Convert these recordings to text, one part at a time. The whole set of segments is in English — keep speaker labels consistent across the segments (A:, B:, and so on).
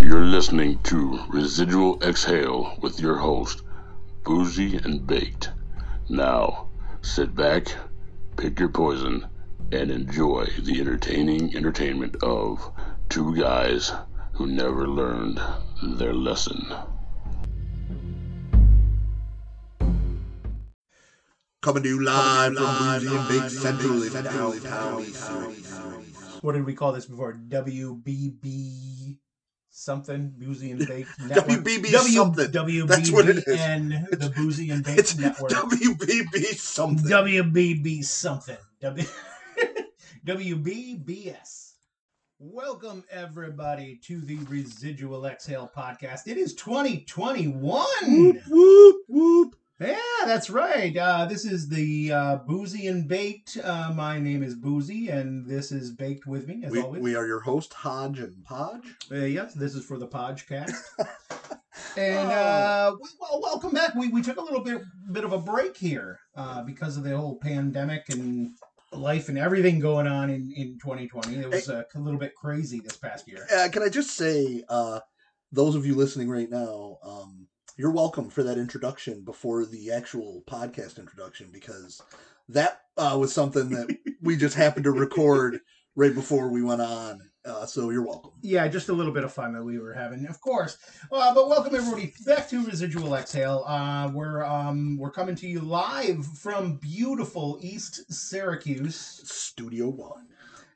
A: listening to Residual Exhale with your host, Boozy and Baked. Now, sit back, pick your poison, and enjoy the entertaining entertainment of two guys who never learned their lesson.
B: Coming to you live from Boozy and Baked Central in downtown East.
C: what did we call this before? WBB something Boozy and Baked Network.
B: WBB something.
C: WBBN,
B: That's what it is.
C: the Boozy and Baked
B: It's
C: Network.
B: WBB something.
C: WBB something. W- WBBS. Welcome everybody to the Residual Exhale podcast. It is 2021.
B: whoop whoop whoop.
C: Yeah, that's right. Uh, this is the uh, Boozy and Baked. Uh, my name is Boozy, and this is Baked with me as
B: We,
C: always.
B: we are your host Hodge and Podge.
C: Uh, yes, this is for the podcast. and uh, w- well, welcome back. We, we took a little bit bit of a break here uh, because of the whole pandemic and life and everything going on in, in 2020. It was uh, a little bit crazy this past year.
B: Uh, can I just say, uh, those of you listening right now, um, you're welcome for that introduction before the actual podcast introduction because that uh, was something that we just happened to record right before we went on. Uh, so you're welcome.
C: Yeah, just a little bit of fun that we were having, of course. Uh, but welcome everybody back to Residual Exhale. Uh, we're um, we're coming to you live from beautiful East Syracuse.
B: Studio One.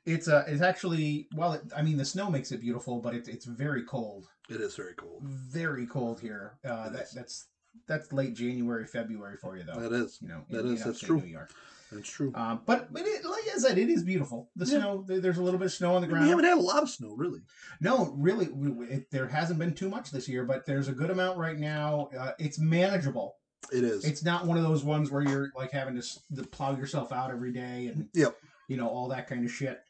C: It's uh, it's actually well, it, I mean the snow makes it beautiful, but it's it's very cold.
B: It is very cool.
C: very cold here. Uh, that,
B: Yes.
C: that's that's late January, February for you though.
B: That is.
C: you know,
B: that is, that's
C: upstate
B: true.
C: New York.
B: That's true.
C: Um, but but it, like I said, it is beautiful. The
B: Yeah.
C: snow, there- there's a little bit of snow on the
B: we haven't
C: ground.
B: had a lot of snow, really.
C: No, really, we- we- it, there hasn't been too much this year, but there's a good amount right now. Uh, it's manageable.
B: It is.
C: It's not one of those ones where you're like having to, s- to plow yourself out every day and
B: Yep.
C: you know all that kind of shit.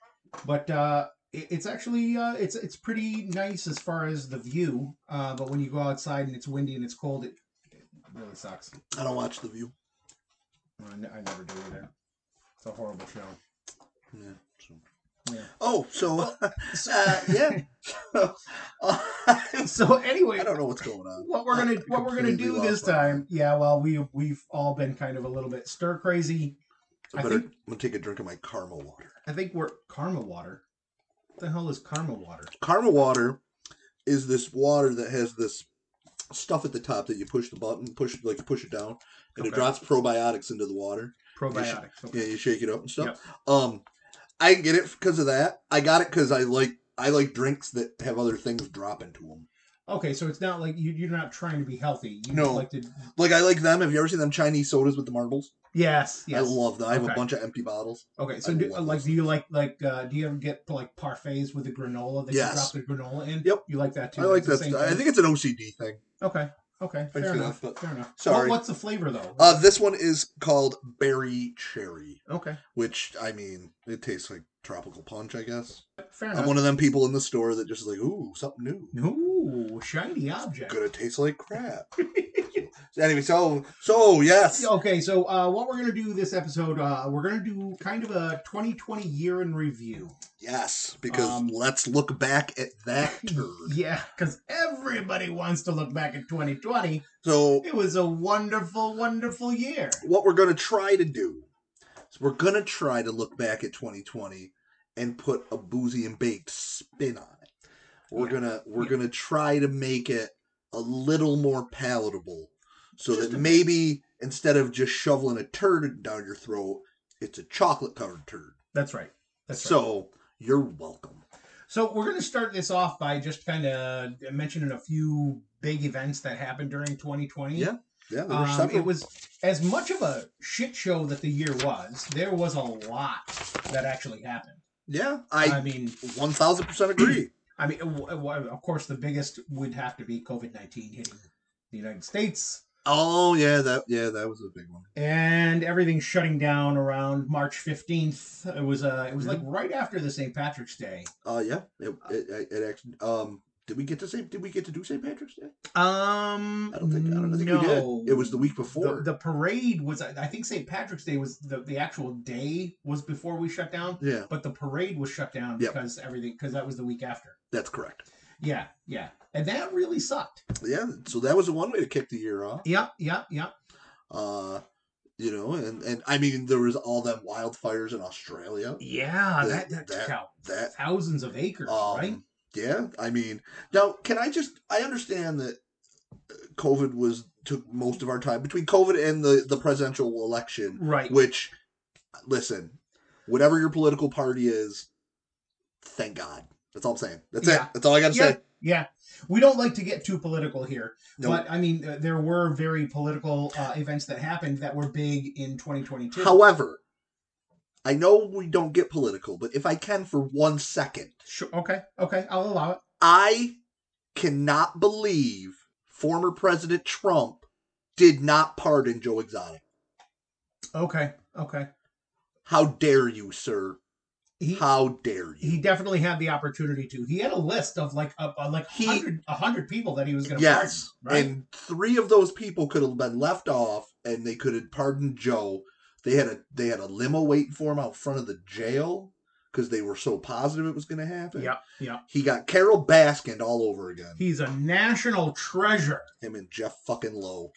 C: But uh, it, it's actually uh, it's it's pretty nice as far as the view. Uh, but when you go outside and it's windy and it's cold, it, it really sucks.
B: I don't watch The View.
C: I, ne- I never do either. It's a horrible show.
B: Yeah. So.
C: Yeah.
B: Oh, so
C: So,
B: uh, yeah. So, uh,
C: so anyway,
B: I don't know what's going on.
C: what we're gonna what we're gonna
B: completely
C: do
B: lost
C: this
B: my
C: time? Yeah, well, we we've all been kind of a little bit stir crazy.
B: I
C: I
B: better,
C: think-
B: I'm gonna take a drink of my caramel water.
C: I think we're karma water. What the hell is karma water?
B: Caramel water is this water that has this stuff at the top that you push the button, push like push it down, and it
C: Okay.
B: drops probiotics into the water.
C: Probiotics.
B: Yeah,
C: Okay.
B: you shake it up and stuff. Um, I get it because of that. I got it because I like I like drinks that have other things drop into them.
C: Okay, so it's not like you, you're not trying to be healthy. You
B: No.
C: like to.
B: Like I like them. Have you ever seen them Chinese sodas with the marbles?
C: Yes. Yes.
B: I love them. I have a
C: Okay.
B: bunch of empty bottles.
C: okay, so
B: I
C: do,
B: love
C: like,
B: those
C: do you like like uh, do you ever get like parfaits with the granola that
B: Yes.
C: you drop the granola in?
B: Yep.
C: You like that too?
B: I like
C: It's the
B: that.
C: same
B: I
C: thing?
B: think it's an OCD thing.
C: Okay. Okay.
B: I
C: Fair
B: see
C: enough.
B: that, but-
C: Fair enough. What-
B: Sorry.
C: what's the flavor though?
B: Uh, this one is called Berry Cherry,
C: okay.
B: which I mean, it tastes like tropical punch, I guess.
C: Fair
B: I'm
C: enough.
B: one of them people in the store that just is like, ooh, something new.
C: Ooh, shiny object.
B: Gonna taste like crap. So anyway, so so yes,
C: Okay, so uh, what we're gonna do this episode? Uh, we're gonna do kind of a 2020 year in review.
B: yes, because
C: Um,
B: let's look back at that turd.
C: Yeah, because everybody wants to look back at 2020.
B: So
C: It was a wonderful, wonderful year.
B: what we're going to try to do is we're going to try to look back at 2020 and put a boozy and baked spin on it. We're
C: Yeah.
B: going to we're
C: Yeah.
B: going to try to make it a little more palatable so
C: Just a
B: that
C: bit.
B: maybe instead of just shoveling a turd down your throat, it's a chocolate covered turd.
C: That's right. That's right.
B: so, you're welcome.
C: So we're going to start this off by just kind of mentioning a few big events that happened during 2020.
B: Yeah, Yeah, there were
C: Um,
B: several.
C: it was as much of a shit show that the year was. There was a lot that actually happened.
B: yeah,
C: I
B: I
C: mean,
B: 1000% agree.
C: I mean, w- w- of course, the biggest would have to be COVID nineteen hitting the United States
B: oh, yeah, that yeah, that was a big one.
C: and everything shutting down around March fifteenth. It was uh, it was like right after the St. Patrick's Day.
B: Uh yeah, it it, it actually um did we get to say did we get to do St. Patrick's Day?
C: Um,
B: I don't think I don't think
C: no.
B: we did. It was the week before.
C: The, the parade was I think St. Patrick's Day was the, the actual day was before we shut down,
B: yeah,
C: but the parade was shut down
B: Yep.
C: because everything because that was the week after.
B: that's correct.
C: Yeah, yeah. And that really sucked.
B: Yeah, so that was the one way to kick the year off.
C: Yep, yep, yep.
B: Uh, you know, and and I mean there was all them wildfires in Australia.
C: Yeah,
B: That-
C: that, that,
B: that-
C: took out
B: That
C: thousands of acres,
B: um,
C: right?
B: Yeah, I mean, now can I just? I understand that uh, COVID was took most of our time between COVID and the the presidential election,
C: Right.
B: which, listen, whatever your political party is, thank God. That's all I'm saying. That's
C: Yeah.
B: it. That's all I got to
C: yeah,
B: say.
C: yeah. We don't like to get too political here,
B: No.
C: but I mean, uh, there were very political uh, events that happened that were big in 2022.
B: However, I know we don't get political, but if I can for one second,
C: Sure. Okay. Okay. I'll allow it.
B: I cannot believe former President Trump did not pardon Joe Exotic.
C: Okay. Okay.
B: How dare you, sir?
C: He
B: How dare
C: he
B: you?
C: definitely had the opportunity to. He had a list of like a, a like
B: He-
C: hundred a hundred people that he was going to
B: Yes.
C: pardon. Right.
B: And three of those people could have been left off and they could have pardoned Joe. They had a they had a limo waiting for him out front of the jail because they were so positive it was gonna happen.
C: Yeah. Yeah.
B: He got Carol Baskin all over again.
C: He's a national treasure.
B: Him and Jeff fucking Lowe.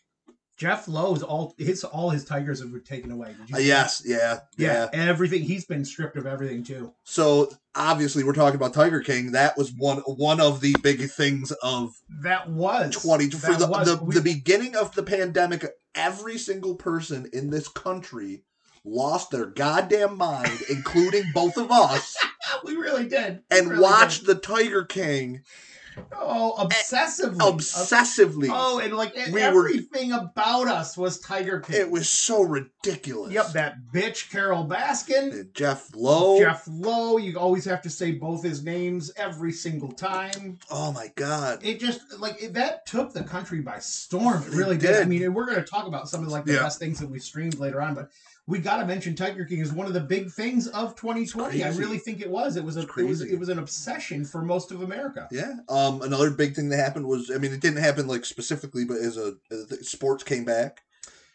C: Jeff Lowe's all his all his tigers have been taken away. Did you
B: Uh,
C: see
B: yes, yeah,
C: that?
B: yeah.
C: yeah, everything he's been stripped of everything too.
B: So obviously we're talking about Tiger King. That was one one of the big things of
C: That was
B: twenty for
C: that
B: the,
C: was-
B: the,
C: we-
B: the beginning of the pandemic. Every single person in this country lost their goddamn mind, including both of us,
C: we really did We
B: and
C: really
B: watched the Tiger King
C: did. oh obsessively
B: obsessively.
C: oh and like
B: We were-
C: everything about us was Tiger King.
B: It was so ridiculous.
C: yep that bitch Carol Baskin.
B: And Jeff Lowe.
C: Jeff Lowe, you always have to say both his names every single time.
B: Oh my god.
C: It just like it, that took the country by storm. It
B: It
C: really did. I
B: did.
C: mean, and we're going to talk about some of like the
B: Yeah.
C: best things that we streamed later on, but we got to mention Tiger King is one of the big things of 2020. I
B: It's crazy.
C: really think it was. It was a
B: It's
C: it was
B: crazy.
C: it was an obsession for most of America.
B: Yeah. Um. Another big thing that happened was, I mean, it didn't happen like specifically, but as a as the sports came back,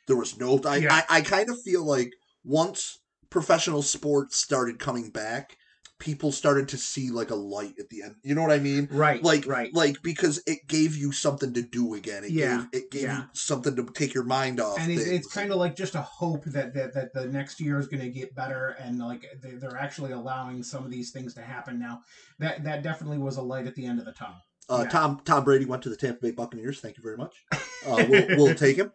B: there was no. I
C: Yeah.
B: I, I kind of feel like once professional sports started coming back, people started to see like a light at the end. You know what I mean?
C: Right.
B: Like Like because it gave you something to do again. It
C: Yeah.
B: Gave, it gave you
C: Yeah.
B: something to take your mind off.
C: and it's,
B: things.
C: it's kind of like just a hope that, that that the next year is going to get better and like they, they're actually allowing some of these things to happen now that that definitely was a light at the end of the tunnel
B: uh,
C: yeah.
B: Tom Tom Brady went to the Tampa Bay Buccaneers. Thank you very much. Uh, we'll, we'll take him.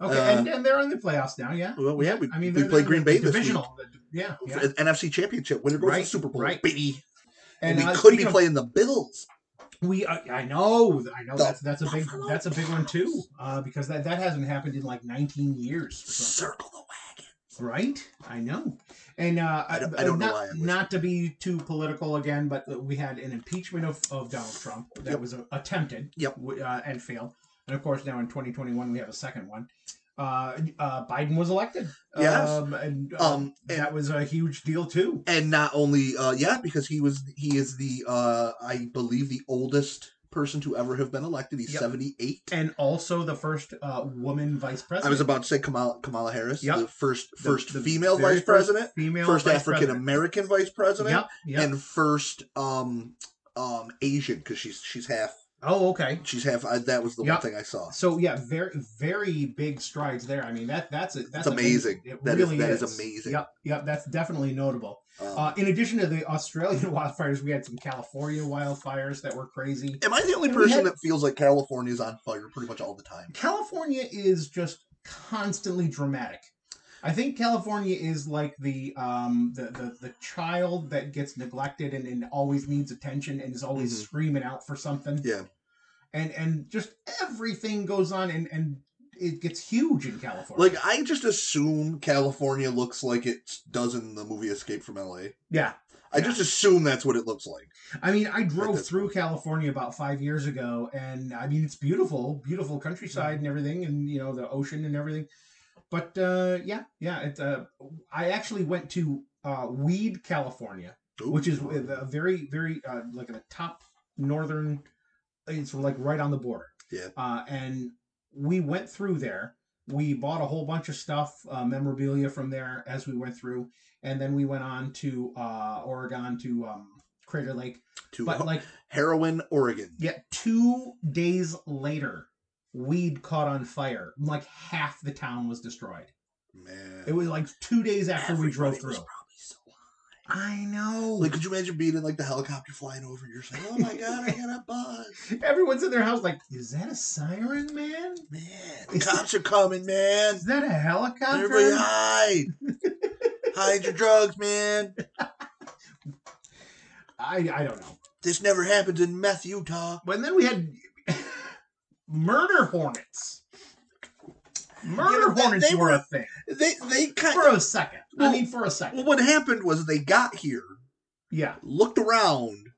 C: okay
B: Uh,
C: and, and they're in the playoffs now yeah
B: Well, yeah, we,
C: i mean
B: we
C: they're-
B: play
C: they're
B: Green
C: the
B: Bay this week.
C: divisional yeah, yeah.
B: An NFC Championship winner goes to
C: Right,
B: the Super Bowl,
C: right.
B: baby.
C: and
B: And, we
C: uh,
B: could be
C: speaking of-
B: playing the Bills.
C: we uh, i know i know
B: The
C: that's that's a big
B: Buffalo
C: that's a big one too uh, because that that hasn't happened in like 19 years or something.
B: Circle the wagon.
C: Right, I know, and uh,
B: I don't- I don't know
C: not,
B: why I was-
C: not to be too political again, but we had an impeachment of, of Donald Trump that
B: Yep.
C: was uh, attempted,
B: Yep.
C: w- uh, and failed, and of course now in 2021 we have a second one. Uh, uh, Biden was elected.
B: Yes.
C: um, and uh,
B: Um, and-
C: that was a huge deal too.
B: And not only, uh, yeah, because he was he is the uh, I believe the oldest person to ever have been elected. He's
C: Yep.
B: seventy eight.
C: And also the first uh, woman vice president.
B: I was about to say Kamala Kamala Harris,
C: Yep.
B: the first
C: The-
B: first
C: the
B: female
C: very
B: vice
C: first
B: president,
C: female
B: first
C: vice
B: African American vice president,
C: Yep, yep.
B: and first um um Asian because she's she's half
C: oh, okay.
B: she's half. I, that was the
C: Yep.
B: one thing I saw.
C: So yeah, very very big strides there. I mean that that's a, that's
B: That's amazing.
C: It
B: That is-
C: really
B: that is amazing.
C: Yep, yep. That's definitely notable.
B: Um,
C: Uh, in addition to the Australian wildfires, we had some California wildfires that were crazy.
B: Am I the only
C: and we
B: person
C: had-
B: that feels like California's on fire pretty much all the time?
C: California is just constantly dramatic. I think California is like the um the the, the child that gets neglected and, and always needs attention and is always
B: Mhm.
C: screaming out for something.
B: Yeah.
C: And and just everything goes on and and it gets huge in California.
B: Like I just assume California looks like it does in the movie Escape from LA.
C: yeah.
B: I just assume that's what it looks like.
C: I mean, I drove
B: this
C: through California about five years ago, and I mean, it's beautiful, beautiful countryside and everything, and you know the ocean and everything. But uh, yeah, yeah, it, uh, I actually went to uh, Weed, California,
B: Ooh.
C: which is uh, a very, very uh, like the top northern. It's like right on the border.
B: Yeah.
C: Uh, and we went through there. We bought a whole bunch of stuff, uh, memorabilia from there as we went through, and then we went on to uh, Oregon to um, Crater Lake.
B: to
C: But like
B: Heroin, Oregon.
C: yeah, two days later, weed caught on fire. Like half the town was destroyed.
B: Man,
C: It was like two days after we drove
B: Everybody was
C: through.
B: probably so high.
C: I know.
B: Like, could you imagine being in like the helicopter flying over? And you're just like, oh my god, I got a buzz,
C: Everyone's in their house like, is that a siren, man?
B: man. The cops are coming, man.
C: Is that a helicopter?
B: Everybody hide, hide your drugs, man.
C: I, I don't know.
B: This never happens in meth, Utah.
C: But then we had murder hornets.
B: Yeah,
C: Murder
B: but they-
C: hornets
B: they
C: were, a thing
B: They they kind
C: for a second. I
B: Well-
C: mean, for a second.
B: Well, what happened was they got here,
C: yeah,
B: looked around,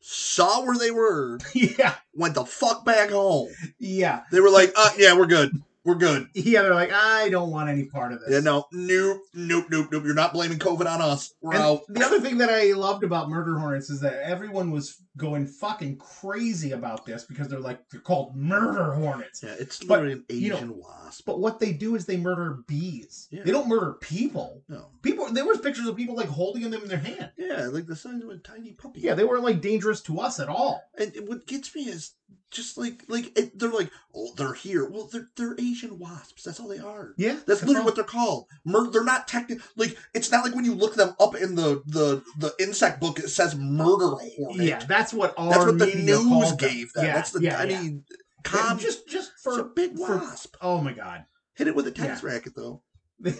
B: saw where they were,
C: yeah,
B: went the fuck back home.
C: yeah,
B: They were like, uh, yeah, we're good. We're good.
C: yeah. They're like, I don't want any part of this.
B: Yeah, no, nope, nope, nope, nope. You're not blaming COVID on us. We're
C: And
B: out.
C: the other thing that I loved about murder hornets is that everyone was going fucking crazy about this because they're like they're called murder hornets.
B: Yeah, it's
C: But,
B: literally an
C: you know-
B: Asian wasp.
C: But what they do is they murder bees.
B: Yeah.
C: They don't murder people.
B: No.
C: People there was pictures of people like holding them in their hand.
B: Yeah, like the size of a tiny puppy.
C: Yeah, they weren't like dangerous to us at all.
B: And and what gets me is just like like it, they're like, oh, they're here. Well, they're they're Asian wasps. That's all they are.
C: Yeah,
B: That's literally
C: all.
B: what they're called. Mur- they're not technically like it's not like when you look them up in the the the insect book it says murder hornet.
C: Yeah, that's what our
B: that's what the
C: media
B: news
C: called them.
B: gave them.
C: Yeah,
B: that's the
C: yeah,
B: I
C: yeah.
B: mean,
C: Yeah,
B: calm
C: just just
B: it's a
C: for
B: big
C: for-
B: wasp.
C: oh my god.
B: Hit it with a tennis
C: Yeah.
B: racket though.
C: you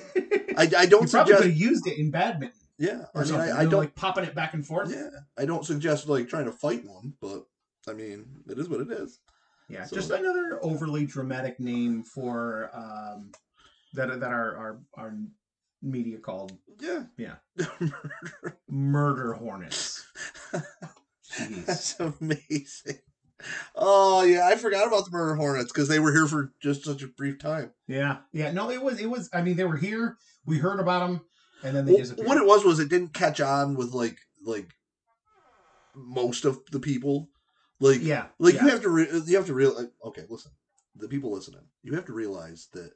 B: I, I don't
C: probably could
B: suggest
C: have used it in badminton
B: yeah. I
C: or
B: mean,
C: something.
B: I,
C: I,
B: I don't
C: like popping it back and forth.
B: yeah. I don't suggest like trying to fight one, but I mean, it is what it is.
C: Yeah,
B: So-
C: just another overly dramatic name for um, that that our our, our media called
B: Yeah.
C: Yeah.
B: Yeah.
C: murder hornets. Jeez.
B: That's amazing. Oh yeah, I forgot about the murder hornets because they were here for just such a brief time.
C: Yeah, yeah. No, it was it was. I mean, they were here. We heard about them, and then they
B: Wh-
C: disappeared.
B: What it was was it didn't catch on with like like most of the people. Like
C: yeah,
B: like
C: yeah.
B: you have to re- you have to realize. Okay, listen, the people listening, you have to realize that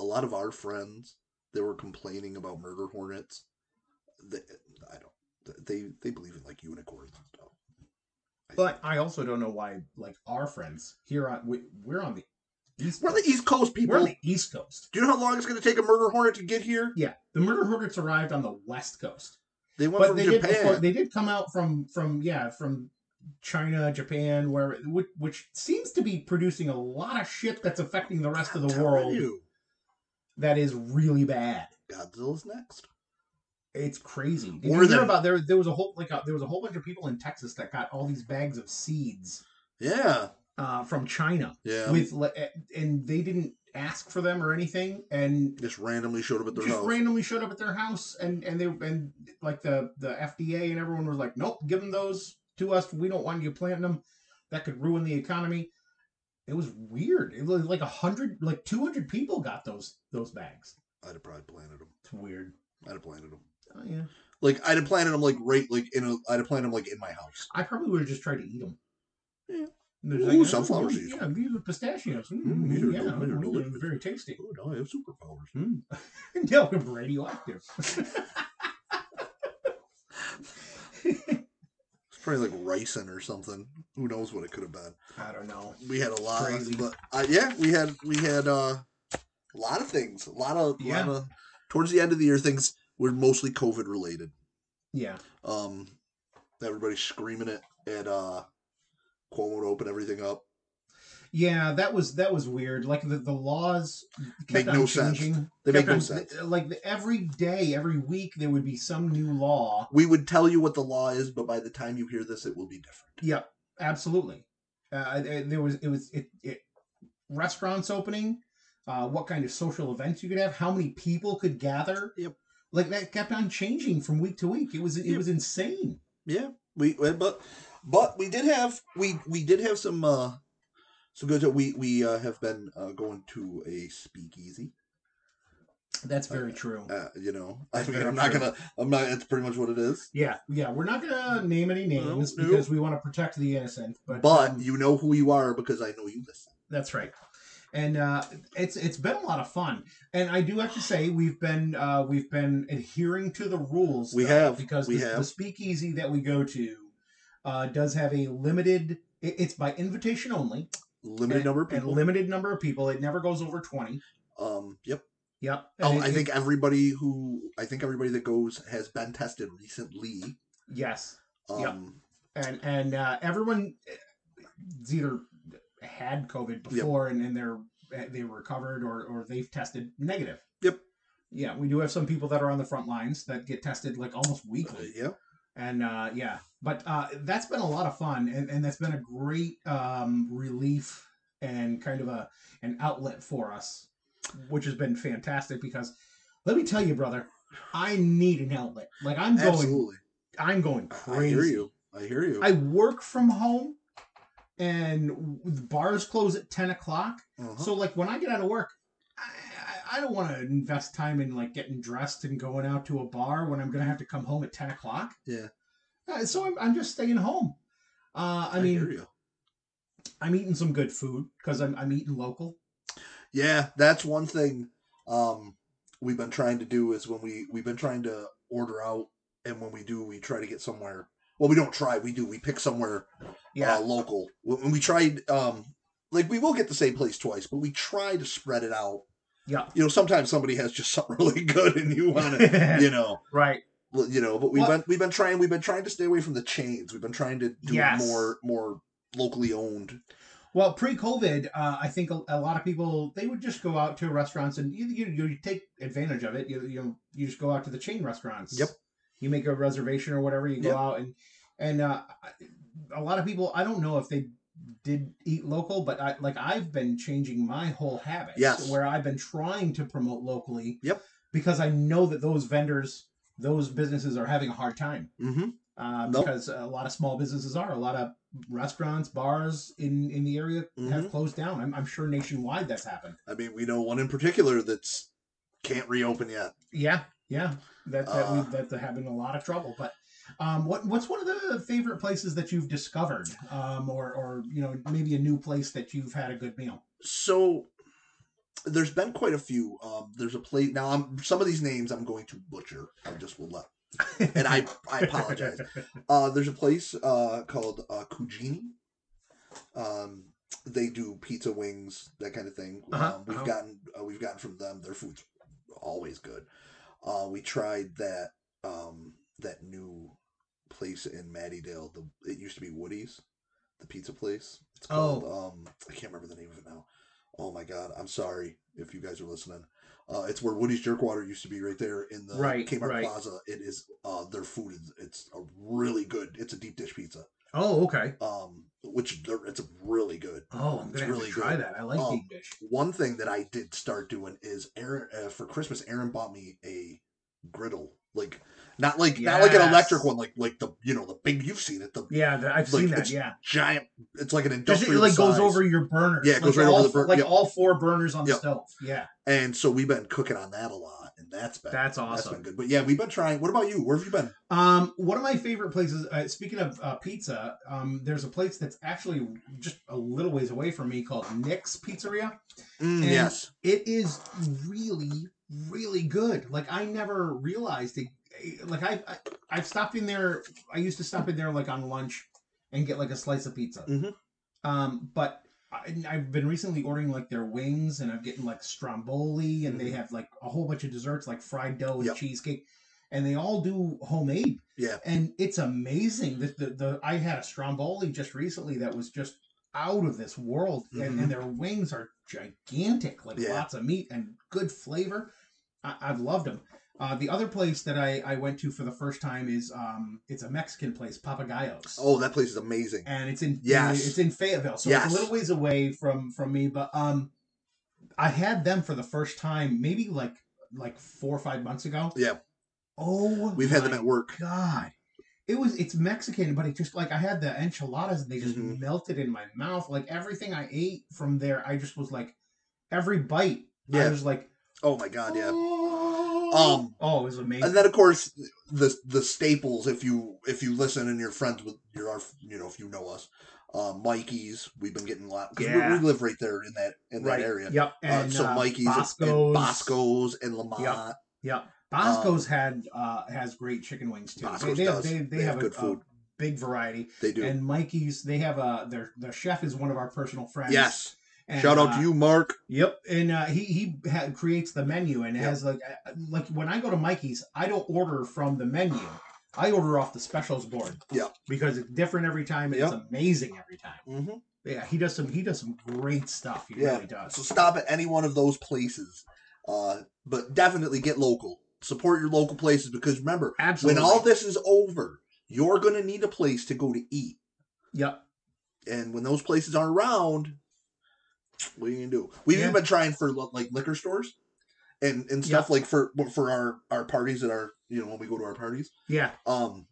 B: a lot of our friends that were complaining about murder hornets, they, I don't they they believe in like unicorns and stuff. I
C: But
B: think.
C: I also don't know why, like our friends here on we, we're on the east.
B: we're the
C: Coast.
B: East Coast people.
C: We're on the east coast.
B: Do you know how long it's going to take a murder hornet to get here?
C: Yeah, the murder hornets arrived on the west coast,
B: They went
C: but
B: from
C: they
B: Japan.
C: did before, they did come out from from yeah from China, Japan, where which, which seems to be producing a lot of shit that's affecting the rest of
B: I'm
C: the
B: telling
C: world
B: you,
C: that is really bad.
B: Godzilla's next.
C: It's crazy. Did
B: Or
C: you hear
B: the-
C: about there? There was a whole like a, there was a whole bunch of people in Texas that got all these bags of seeds
B: Yeah,
C: uh, from China
B: yeah.
C: with le- eh, and they didn't ask for them or anything, and
B: just randomly showed up at their
C: just
B: house.
C: randomly showed up at their house, and and they and like the the FDA and everyone was like, nope, give them those to us. We don't want you planting them. That could ruin the economy. It was weird. It was like a hundred, like two hundred people got those those bags.
B: I'd have probably planted them.
C: It's weird.
B: I'd have planted them.
C: Oh yeah,
B: Like I'd have planted them like right like in a. I'd have planted them like in my house.
C: I probably would have just tried to eat them.
B: Yeah.
C: There's
B: Ooh, sunflower seeds.
C: Yeah, these are pistachios. Mm,
B: Mm, these are
C: yeah,
B: del- these are
C: mm,
B: delicious.
C: very tasty.
B: Oh, no, I have superpowers.
C: Mm. no, I'm radioactive.
B: It's probably like ricin or something. Who knows what it could have been?
C: I don't know.
B: We had a lot,
C: Crazy.
B: of, but uh, yeah, we had we had uh, a lot of things. A lot of
C: Yeah.
B: lot of towards the end of the year, things were mostly COVID related.
C: Yeah.
B: Um, everybody's screaming it at uh, Cuomo to open everything up.
C: Yeah, that was that was weird. Like the, the laws kept
B: Make
C: on
B: no sense.
C: changing.
B: They make
C: Kept
B: no
C: on-
B: sense.
C: Like the, every day, every week, there would be some new law.
B: We would tell you what the law is, but by the time you hear this, it will be different.
C: Yep, absolutely. Uh, it- there was it was it, it restaurants opening, uh, what kind of social events you could have, how many people could gather.
B: Yep.
C: Like that kept on changing from week to week. It was it
B: Yep.
C: was insane.
B: Yeah, we but but we did have we we did have some uh some good. We we uh, have been uh, going to a speakeasy.
C: That's very true.
B: Uh, you know, I
C: That's
B: mean,
C: very
B: I'm not
C: true.
B: gonna. I'm not. That's pretty much what it is.
C: yeah, yeah. We're not gonna name any
B: No,
C: names
B: no.
C: because we want to protect the innocent. But
B: But,
C: um,
B: you know who you are because I know you listen.
C: That's right. And uh, it's it's been a lot of fun, and I do have to say we've been uh, we've been adhering to the rules.
B: We
C: though,
B: have.
C: because
B: We
C: the,
B: have.
C: the speakeasy that we go to uh, does have a limited. It, it's by invitation only.
B: Limited
C: and-
B: number of
C: and
B: people.
C: limited number of people. It never goes over twenty.
B: um, yep.
C: Yep.
B: Oh,
C: And it-
B: I
C: it-
B: think everybody who I think everybody that goes has been tested recently.
C: yes,
B: Um,
C: Yep. and and uh, everyone it's either had COVID before and, and they're they recovered or or they've tested negative.
B: Yep.
C: Yeah, we do have some people that are on the front lines that get tested like almost
B: uh,
C: weekly.
B: yep.
C: and uh, yeah but uh, that's been a lot of fun and, and that's been a great um, relief and kind of a an outlet for us which has been fantastic because let me tell you brother i need an outlet like i'm going
B: Absolutely.
C: i'm going
B: I
C: crazy
B: hear you. I hear you.
C: I work from home and w- the bars close at 10 o'clock
B: Uh-huh.
C: so like when i get out of work I, I- I don't want to invest time in like getting dressed and going out to a bar when i'm gonna have to come home at 10 o'clock
B: Yeah.
C: Uh, so i'm, I'm just staying home uh, I,
B: hear
C: mean
B: you.
C: i'm eating some good food because I'm, I'm eating local
B: Yeah, that's one thing um we've been trying to do is when we we've been trying to order out and when we do we try to get somewhere well we don't try we do we pick somewhere
C: yeah
B: uh, local when when we tried um like we will get the same place twice but we try to spread it out
C: yeah
B: you know sometimes somebody has just something really good and you want to you know
C: right
B: well, you know but we've
C: What-
B: been we've been trying we've been trying to stay away from the chains we've been trying to do
C: Yes.
B: more more locally owned
C: Well, pre-COVID, uh, I think a, a lot of people they would just go out to restaurants and you you, you take advantage of it. You, you know, you just go out to the chain restaurants.
B: Yep.
C: You make a reservation or whatever. You go
B: Yep.
C: out and and uh, I- a lot of people. I don't know if they did eat local, but I like I've been changing my whole habits.
B: Yes.
C: Where I've been trying to promote locally.
B: Yep.
C: Because I know that those vendors, those businesses are having a hard time
B: mm-hmm.
C: uh,
B: Nope.
C: because a lot of small businesses are. A lot of restaurants, bars in in the area have
B: Mhm.
C: closed down. I'm, I'm sure nationwide that's happened.
B: i mean we know one in particular that's can't reopen yet
C: Yeah, yeah, that that
B: Uh.
C: we that they're having a lot of trouble. But um, what what's one of the favorite places that you've discovered, um, or or you know maybe a new place that you've had a good meal?
B: so there's been quite a few. Um, there's a plate now. I'm, some of these names I'm going to butcher. I just will let, and I I apologize. Uh, there's a place uh, called uh, Cugini. Um, they do pizza wings, that kind of thing.
C: Uh-huh,
B: um, we've
C: uh-huh.
B: gotten uh, we've gotten from them. Their food's always good. Uh, we tried that um, that new place in Mattydale. The it used to be Woody's, the pizza place. It's
C: Oh.
B: called um, I can't remember the name of it now. Oh my god, I'm sorry if you guys are listening. Uh, it's where Woody's Jerkwater used to be, right there in the
C: Right,
B: Kmart
C: right.
B: Plaza. It is uh, their food is it's a really good. It's a deep dish pizza,
C: oh, okay.
B: um, which they're- it's really good.
C: Oh, I'm
B: It's
C: gonna have
B: really
C: to try
B: good.
C: that. I like
B: Um,
C: deep dish.
B: One thing that I did start doing is Aaron uh, for Christmas. Aaron bought me a griddle, like not like not like an
C: Yes.
B: electric one, like like the you know the big you've seen it, the
C: Yeah, that, I've
B: like,
C: seen that.
B: it's
C: Yeah,
B: giant. It's like an
C: just it
B: industrial.
C: like goes
B: size.
C: over your burners.
B: Yeah, it goes
C: like
B: right over
C: all,
B: the burn-
C: like
B: yep.
C: all four burners on the
B: Yep.
C: stove. Yeah,
B: and so we've been cooking on that a lot, and that's been
C: that's awesome.
B: that's been good. But yeah, we've been trying. What about you? Where have you been?
C: Um, one of my favorite places. Uh, speaking of uh, pizza, um, there's a place that's actually just a little ways away from me called Nick's Pizzeria.
B: Mm,
C: And-
B: yes,
C: It is really, really good. Like I never realized it. eh, Like I, I, I've stopped in there. I used to stop in there like on lunch and get like a slice of pizza.
B: Mhm.
C: Um, but I, I've been recently ordering like their wings, and I'm getting like stromboli, and they have like a whole bunch of desserts like fried dough and
B: Mm-hmm. Yep.
C: cheesecake, and they all do homemade
B: yeah.
C: and it's amazing that the, the I had a Stromboli just recently that was just out of this world,
B: Mm-hmm.
C: and, and their wings are gigantic, like
B: Yeah.
C: lots of meat and good flavor. I, I've loved them. Uh, the other place that I, I went to for the first time is um it's a Mexican place, Papagayos.
B: Oh, that place is amazing.
C: and it's in
B: Yes.
C: it's in Fayetteville, so
B: Yes.
C: it's a little ways away from from me. But um, I had them for the first time maybe like like four or five months ago.
B: Yeah.
C: Oh,
B: We've had them
C: my
B: at work.
C: god it was it's mexican but it just like i had the enchiladas and they just
B: Mhm.
C: melted in my mouth like everything i ate from there i just was like every bite i
B: Yeah.
C: was like
B: Oh my god, yeah.
C: oh.
B: Um,
C: oh it was amazing
B: And then of course the the staples. If you if you listen and you're friends with your our you know if you know us, uh, Mikey's. We've been getting a lot because we,
C: Yeah.
B: live right there in that in that
C: right
B: area.
C: yep
B: Uh,
C: and
B: so Mikey's and-
C: bosco's
B: and Bosco's and Lamont.
C: Yep.
B: Um,
C: yep bosco's had uh has great chicken wings too
B: Bosco's
C: they, they,
B: does.
C: They, they,
B: They have
C: have, a,
B: good
C: a
B: food.
C: big variety.
B: They do.
C: And Mikey's, they have a their their chef is one of our personal friends.
B: yes.
C: And,
B: Shout out
C: uh,
B: to you, Mark.
C: Yep, and uh, he he ha- creates the menu and
B: Yep.
C: has like uh, like when I go to Mikey's, I don't order from the menu. I order off the specials board.
B: Yep.
C: because it's different every time. and It's amazing every time.
B: Mm-hmm.
C: Yeah, he does some he does some great stuff. He
B: Yeah.
C: really does.
B: So stop at any one of those places. Uh, but definitely get local. Support your local places because remember,
C: Absolutely.
B: when all this is over, you're going to need a place to go to eat.
C: yep.
B: And when those places aren't around, what are you going to do? We've
C: Yeah.
B: even been trying for lo- like liquor stores and, and stuff like for for our, our parties at our, you know, when we go to our parties.
C: Yeah.
B: Um,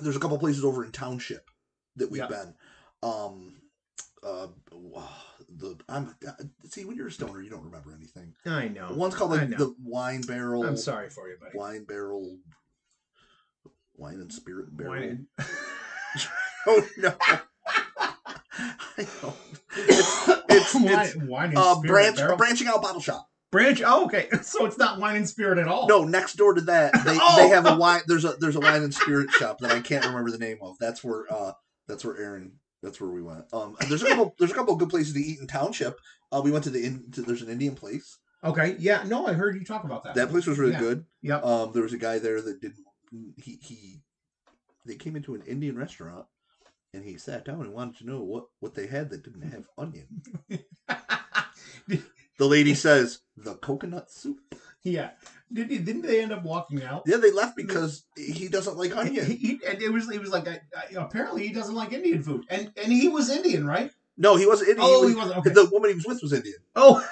B: there's a couple places over in Township that we've
C: Yeah.
B: been. Um, uh, the I'm uh, see when you're a stoner, you don't remember anything.
C: I know.
B: One's called
C: I
B: like
C: know.
B: the wine barrel.
C: I'm sorry for you, buddy.
B: Wine barrel. Wine and spirit barrel.
C: Wine
B: Oh no. I don't. It's, it's,
C: wine,
B: it's
C: wine and
B: uh,
C: spirit
B: branch
C: barrel.
B: branching out bottle shop.
C: branch. Oh, okay. So it's not wine and spirit at all.
B: No, next door to that, they,
C: Oh!
B: they have a wine. There's a there's a wine and spirit shop that I can't remember the name of. That's where uh that's where Aaron. That's where we went. Um, and there's a couple there's a couple of good places to eat in township. Uh, we went to the in, to, there's an Indian place.
C: Okay. Yeah. No, I heard you talk about that.
B: That place was really
C: Yeah.
B: good.
C: Yep.
B: Um, there was a guy there that didn't. He he, they came into an Indian restaurant, and he sat down and wanted to know what what they had that didn't have onion. The lady says the coconut soup.
C: yeah. Did, didn't they end up walking out?
B: Yeah, they left because he doesn't like
C: He-
B: onion.
C: he- and it was it was like I, I, apparently he doesn't like Indian food, and and he was Indian, right?
B: No, he wasn't Indian.
C: oh,
B: was-
C: he wasn't. Okay.
B: The woman he was with was Indian.
C: oh,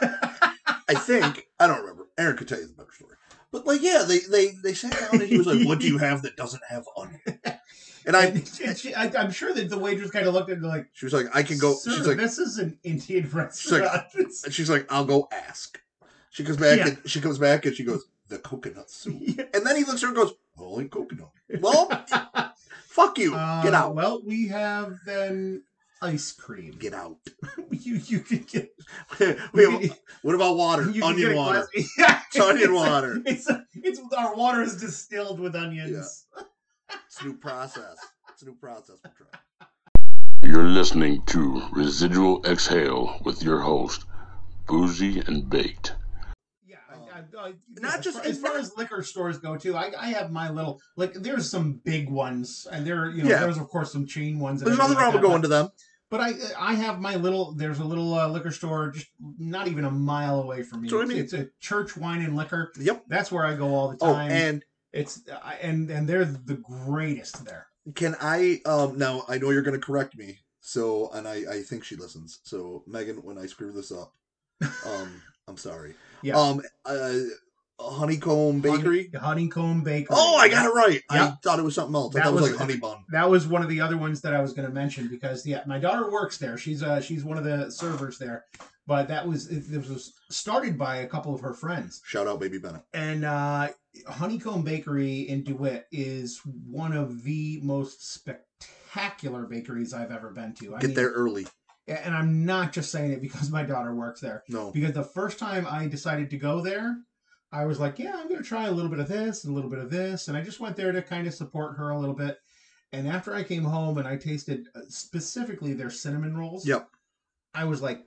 B: I think. I don't remember. Aaron could tell you the better story. But like, yeah, they they they sat down and he was like, "What do you have that doesn't have onion?" And I,
C: And she- I, am sure that the waitress kind of looked at him like,
B: she was like, "I can go."
C: "Sir,
B: she's like,
C: this is an Indian
B: She's like,
C: restaurant." It's-
B: she's like, "I'll go ask." She comes back
C: Yeah.
B: and she comes back and she goes, "The coconut soup."
C: Yeah.
B: And then he looks at her and goes, "I don't like coconut." Well, fuck you. Get
C: Uh,
B: out.
C: Well, we have then ice cream.
B: Get out.
C: you you can get
B: We
C: you
B: have-
C: can-
B: what about water?
C: you can get
B: Onion
C: a
B: water.
C: glass- Yeah,
B: It's onion
C: it's-
B: water.
C: It's, it's our water is distilled with onions.
B: It's a new process. It's a new process. We're trying.
A: You're listening to Residual Exhale with your host, Boozy and Baked.
C: Yeah,
B: Um,
C: I, I, I,
B: not
C: as
B: just-
C: far, as,
B: it's
C: far
B: not-
C: as liquor stores go too. I, I have my little like. There's some big ones, and there you know
B: Yeah.
C: there's of course some chain ones. and
B: There's nothing
C: everything
B: wrong
C: like
B: with
C: that,
B: going to them.
C: But but I I have my little. There's a little uh, liquor store just not even a mile away from me.
B: That's what I mean.
C: It's a church wine and liquor.
B: Yep.
C: That's where I go all the
B: Oh,
C: time.
B: and
C: it's I, and and they're the greatest there.
B: Can I um now I know you're gonna correct me, so and I, I think she listens. So Megan, when I screw this up, um I'm sorry.
C: Yeah.
B: Um uh honeycomb bakery.
C: Honey- honeycomb bakery.
B: Oh I got it right. I
C: Yeah.
B: thought it was something else. I
C: That
B: thought it was
C: was-
B: like honey bun.
C: that was one of the other ones that I was going to mention because yeah, my daughter works there. She's uh she's one of the servers there, but that was it, it was started by a couple of her friends.
B: Shout out baby Bennett.
C: And uh, Honeycomb Bakery in Dewitt is one of the most spectacular bakeries I've ever been to. I
B: Get
C: mean,
B: there early.
C: and I'm not just saying it because my daughter works there.
B: No.
C: Because the first time I decided to go there, I was like, yeah, I'm going to try a little bit of this and a little bit of this. And I just went there to kind of support her a little bit. And after I came home and I tasted uh, specifically their cinnamon rolls,
B: Yep.
C: I was like,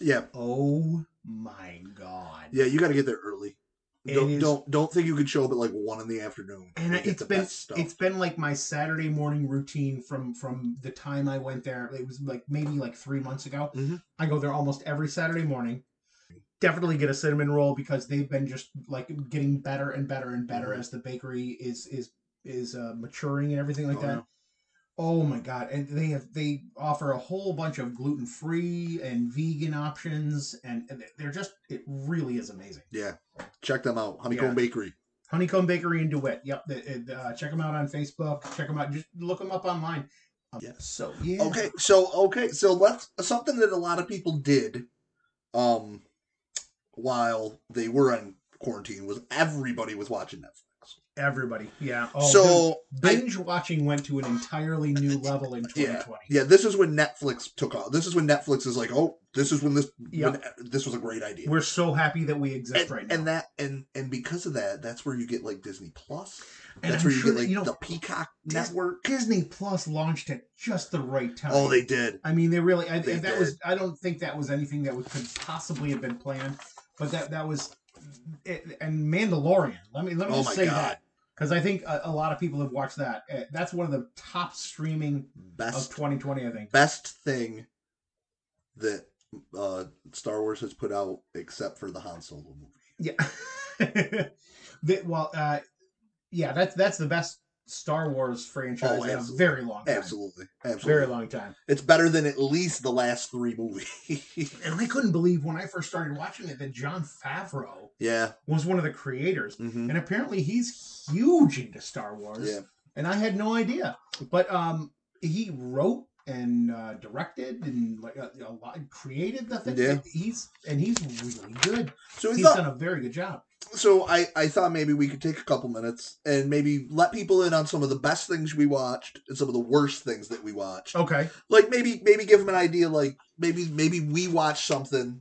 B: Yeah.
C: oh my God.
B: Yeah, you gotta get there early.
C: It
B: Don't
C: is-
B: don't don't think you could show up at like one in the afternoon.
C: And
B: get
C: it's
B: the
C: been
B: best stuff.
C: it's been like my Saturday morning routine from from the time I went there. It was like maybe like three months ago.
B: Mhm.
C: I go there almost every Saturday morning. Definitely get a cinnamon roll because they've been just like getting better and better and better
B: Mhm.
C: as the bakery is is is uh, maturing and everything like
B: Oh,
C: that.
B: yeah.
C: Oh my god! And they have they offer a whole bunch of gluten free and vegan options, and, and they're just it really is amazing.
B: Yeah. Check them out. Honeycomb Bakery.
C: Honeycomb Bakery in DeWitt. Yep. the- the- uh, check them out on Facebook. Check them out. Just look them up online. Um,
B: Yeah.
C: So, yeah.
B: Okay, so okay, so let's something that a lot of people did um while they were on quarantine was everybody was watching Netflix.
C: Everybody, yeah. Oh, dude,
B: so I-
C: binge watching went to an entirely new level in 2020.
B: yeah, this is when Netflix took off. This is when Netflix is like, oh, this is when this
C: Yeah.
B: when, uh, this was a great idea.
C: We're so happy that we exist
B: and,
C: right now.
B: and that and and because of that, that's where you get like Disney Plus.
C: And
B: That's
C: I'm
B: where you
C: sure
B: get
C: that,
B: like
C: you know,
B: the Peacock
C: Dis-
B: network.
C: Disney Plus launched at just the right time.
B: Oh, they did.
C: I mean, they really. I,
B: They
C: that was. I don't think that was anything that would, could possibly have been planned, but that that was. It, and Mandalorian. Let me let me
B: Oh
C: just
B: my
C: say
B: God.
C: that because I think a, a lot of people have watched that. Uh, That's one of the top streaming of
B: Best
C: 2020. I think.
B: best thing that uh, Star Wars has put out, except for the Han Solo movie.
C: Yeah. That- well, uh, yeah. That's that's the best Star Wars franchise
B: Oh,
C: in a
B: absolutely.
C: very long time.
B: Absolutely, absolutely.
C: Very long time.
B: It's better than at least the last three movies.
C: And I couldn't believe when I first started watching it that John Favreau
B: yeah.
C: was one of the creators.
B: hmm
C: and apparently he's huge into Star Wars.
B: Yeah.
C: And I had no idea, but um, he wrote and uh, directed and like uh, a, a lot created the thing.
B: Yeah.
C: He's and he's really good.
B: So we
C: He's
B: thought,
C: done a very good job.
B: so I, I thought maybe we could take a couple minutes and maybe let people in on some of the best things we watched and some of the worst things that we watched.
C: Okay.
B: Like maybe maybe give them an idea. Like maybe maybe we watched something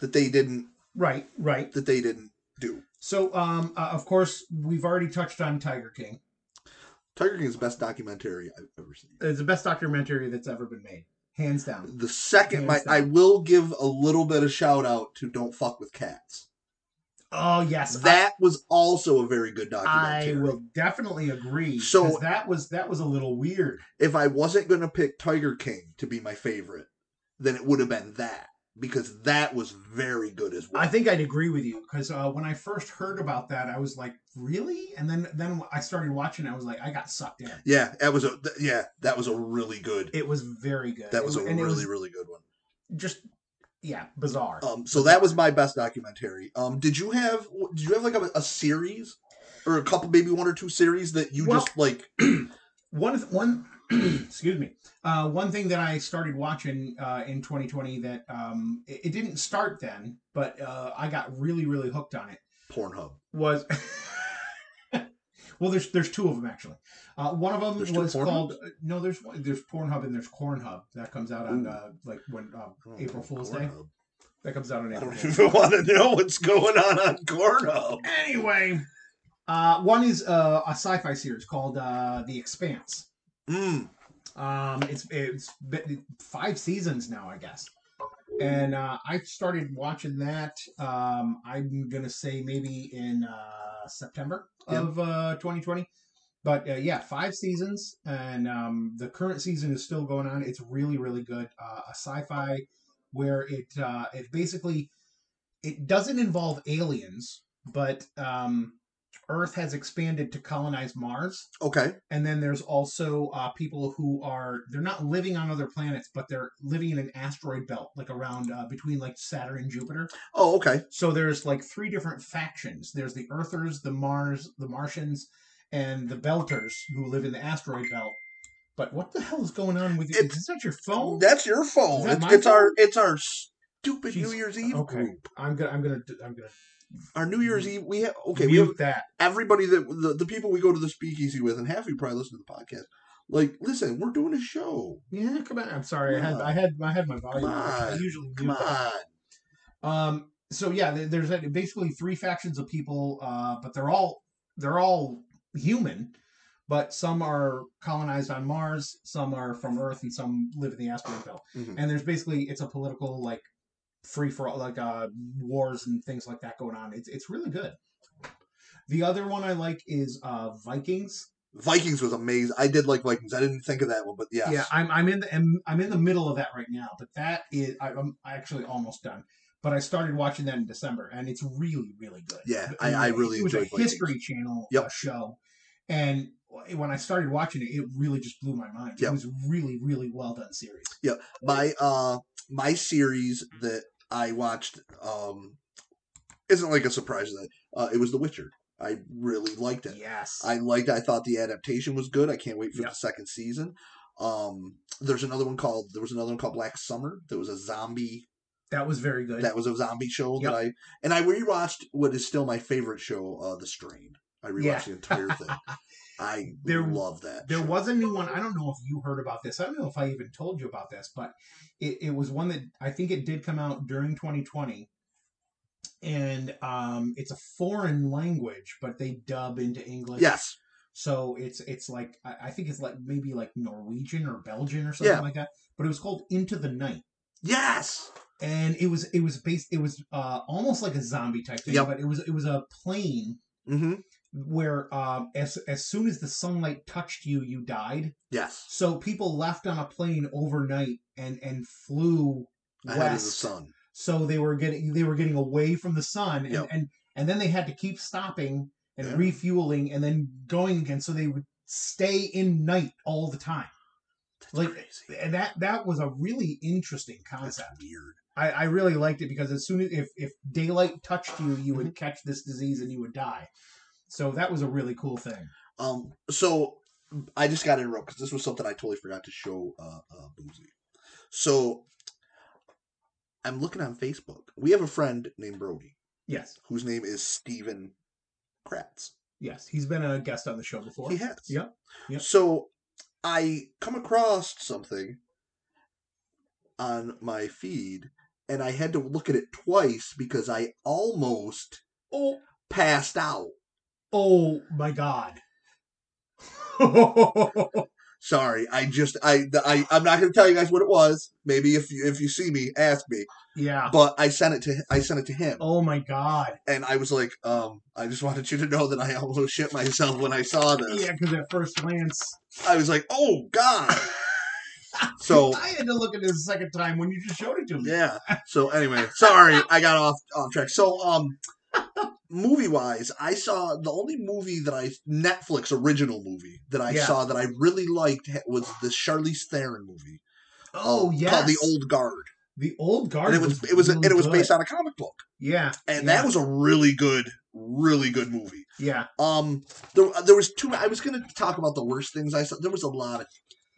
B: that they didn't
C: Right. Right.
B: that they didn't do.
C: So um, uh, of course we've already touched on Tiger King.
B: Tiger King is the best documentary I've ever seen.
C: It's the best documentary that's ever been made, hands down.
B: The second,
C: Yeah,
B: my,
C: it's
B: I
C: not-
B: will give a little bit of shout out to "Don't Fuck with Cats."
C: Oh yes, I-
B: That was also a very good
C: I,
B: documentary.
C: will definitely agree.
B: So-
C: 'cause that was that was a little weird.
B: If I wasn't going to pick Tiger King to be my favorite, then it would have been that because that was very good as well.
C: I think I'd agree with you because uh, when I first heard about that, I was like, "Really?" And then then I started watching. I was like, "I got sucked in."
B: yeah, that was a th- yeah, that was a really good.
C: It was very good.
B: that was a
C: It- and
B: really
C: it was
B: really good one.
C: just yeah bizarre.
B: Um, so that was my best documentary. Um, did you have did you have like a, a series or a couple maybe one or two series that you
C: Well-
B: just like?
C: one th- one excuse me uh, one thing that I started watching uh, in 2020 that um, it, it didn't start then, but uh, I got really really hooked on it
B: Pornhub.
C: was. Well, there's there's two of them actually. Uh, one of them
B: There's two
C: was
B: Pornhubs?
C: called no. There's one- there's Pornhub and there's Cornhub that comes out on
B: Ooh.
C: uh, like when um,
B: I don't know,
C: April Fool's Day.
B: Oh, Pornhub.
C: That comes out on
B: I
C: April.
B: don't
C: Fool's.
B: even want to know what's going on on Pornhub.
C: Anyway, uh, one is uh, a sci-fi series called uh, The Expanse.
B: Mm.
C: Um, it's it's been five seasons now, I guess. And uh, I started watching that. Um, I'm gonna say maybe in uh, September
B: Yep.
C: of uh, 2020. But uh, yeah, five seasons, and um, the current season is still going on. It's really, really good. Uh, a sci-fi where it uh, it basically it doesn't involve aliens, but um, Earth has expanded to colonize Mars,
B: Okay.
C: and then there's also uh, people who are they're not living on other planets, but they're living in an asteroid belt, like around uh, between like Saturn and Jupiter.
B: Oh, okay.
C: So there's like three different factions. There's the Earthers, the Mars, the Martians, and the Belters who live in the asteroid belt. But what the hell is going on with you?
B: It's-
C: Is that your phone?
B: That's your
C: Is
B: phone.
C: that
B: It's,
C: my
B: it's our
C: phone?
B: it's our stupid
C: Jeez.
B: New Year's Eve
C: Okay.
B: group.
C: I'm gonna I'm gonna do- I'm gonna
B: Our New Year's Eve we have okay, we
C: mute
B: have
C: that.
B: everybody that the, the people we go to the speakeasy with and half of you probably listen to the podcast. Like, listen, we're doing a show.
C: Yeah, come on. I'm sorry. I had
B: Come
C: I had I had my volume.
B: Come
C: I
B: on.
C: usually
B: Come
C: mute that.
B: on.
C: Um, so yeah, there- there's uh, basically three factions of people, uh, but they're all they're all human, but some are colonized on Mars, some are from Earth, and some live in the asteroid belt.
B: Mhm.
C: And there's basically it's a political like free for all like uh, wars and things like that going on. It's it's really good. The other one I like is uh, Vikings.
B: Vikings was amazing. I did like Vikings. I didn't think of that one, but yes.
C: Yeah, I'm I'm in the I'm, I'm in the middle of that right now, but that is I, I'm actually almost done. But I started watching that in December, and it's really really good.
B: Yeah, I, I really
C: it was a
B: enjoyed Vikings.
C: History Channel
B: Yep.
C: uh, show, and when I started watching it, it really just blew my mind.
B: Yep.
C: It was really really well done series.
B: my uh my series that I watched um isn't like a surprise that uh it was The Witcher. I really liked it.
C: Yes,
B: I liked I thought the adaptation was good. I can't wait for
C: Yeah.
B: the second season. Um there's another one called there was another one called Black Summer that was a zombie
C: that was very good.
B: that was a zombie show that I and I rewatched what is still my favorite show, uh The Strain. I rewatched
C: Yeah.
B: the entire thing. I
C: There-
B: love that.
C: There
B: show.
C: was a new one. I don't know if you heard about this. I don't know if I even told you about this, but it, it was one that I think it did come out during 2020. And um, it's a foreign language, but they dub into English.
B: yes,
C: So it's it's like I I think it's like maybe like Norwegian or Belgian or something
B: Yeah.
C: like that. But it was called Into the Night,
B: yes,
C: and it was it was based it was uh, almost like a zombie type thing,
B: Yep.
C: but it was it was a plane
B: hmm
C: where um, as as soon as the sunlight touched you, you died.
B: yes.
C: So people left on a plane overnight and and flew
B: Ahead of the
C: west.
B: sun.
C: So they were getting they were getting away from the sun, and
B: Yep.
C: and, and then they had to keep stopping and
B: Yeah.
C: refueling and then going again. So they would stay in night all the time,
B: That's
C: Like,
B: crazy.
C: and that that was a really interesting
B: That's
C: concept.
B: weird.
C: I, I really liked it because as soon as if if daylight touched you, you would
B: Mm-hmm.
C: catch this disease and you would die. So that was a really cool thing.
B: Um, so I just got to interrupt because this was something I totally forgot to show uh, uh, Boozy. So I'm looking on Facebook. We have a friend named Brody
C: Yes,
B: whose name is Steven Kratz.
C: yes, he's been a guest on the show before.
B: He has.
C: Yep. Yep.
B: So I come across something on my feed and I had to look at it twice because I almost
C: Oh,
B: passed out.
C: oh my God.
B: Sorry, I just I the- I I'm not going to tell you guys what it was. Maybe if you if you see me, ask me.
C: yeah.
B: But I sent it to I sent it to him,
C: Oh my God.
B: and I was like, um, I just wanted you to know that I almost shit myself when I saw this.
C: Yeah, because at first glance,
B: I was like, oh god. so
C: I had to look at it a second time when you just showed it to me.
B: yeah. So anyway, sorry, I got off off track. So um, movie wise, I saw the only movie that I Netflix original movie that I
C: Yeah.
B: saw that I really liked ha- was the Charlize Theron movie.
C: Oh
B: uh,
C: yeah.
B: called The Old Guard.
C: the old guard.
B: and it was, it was and it was based
C: good.
B: on a comic book,
C: Yeah.
B: and
C: yeah,
B: that was a really good, really good movie.
C: yeah.
B: Um, there there was two. I was gonna talk about the worst things I saw. There was a lot of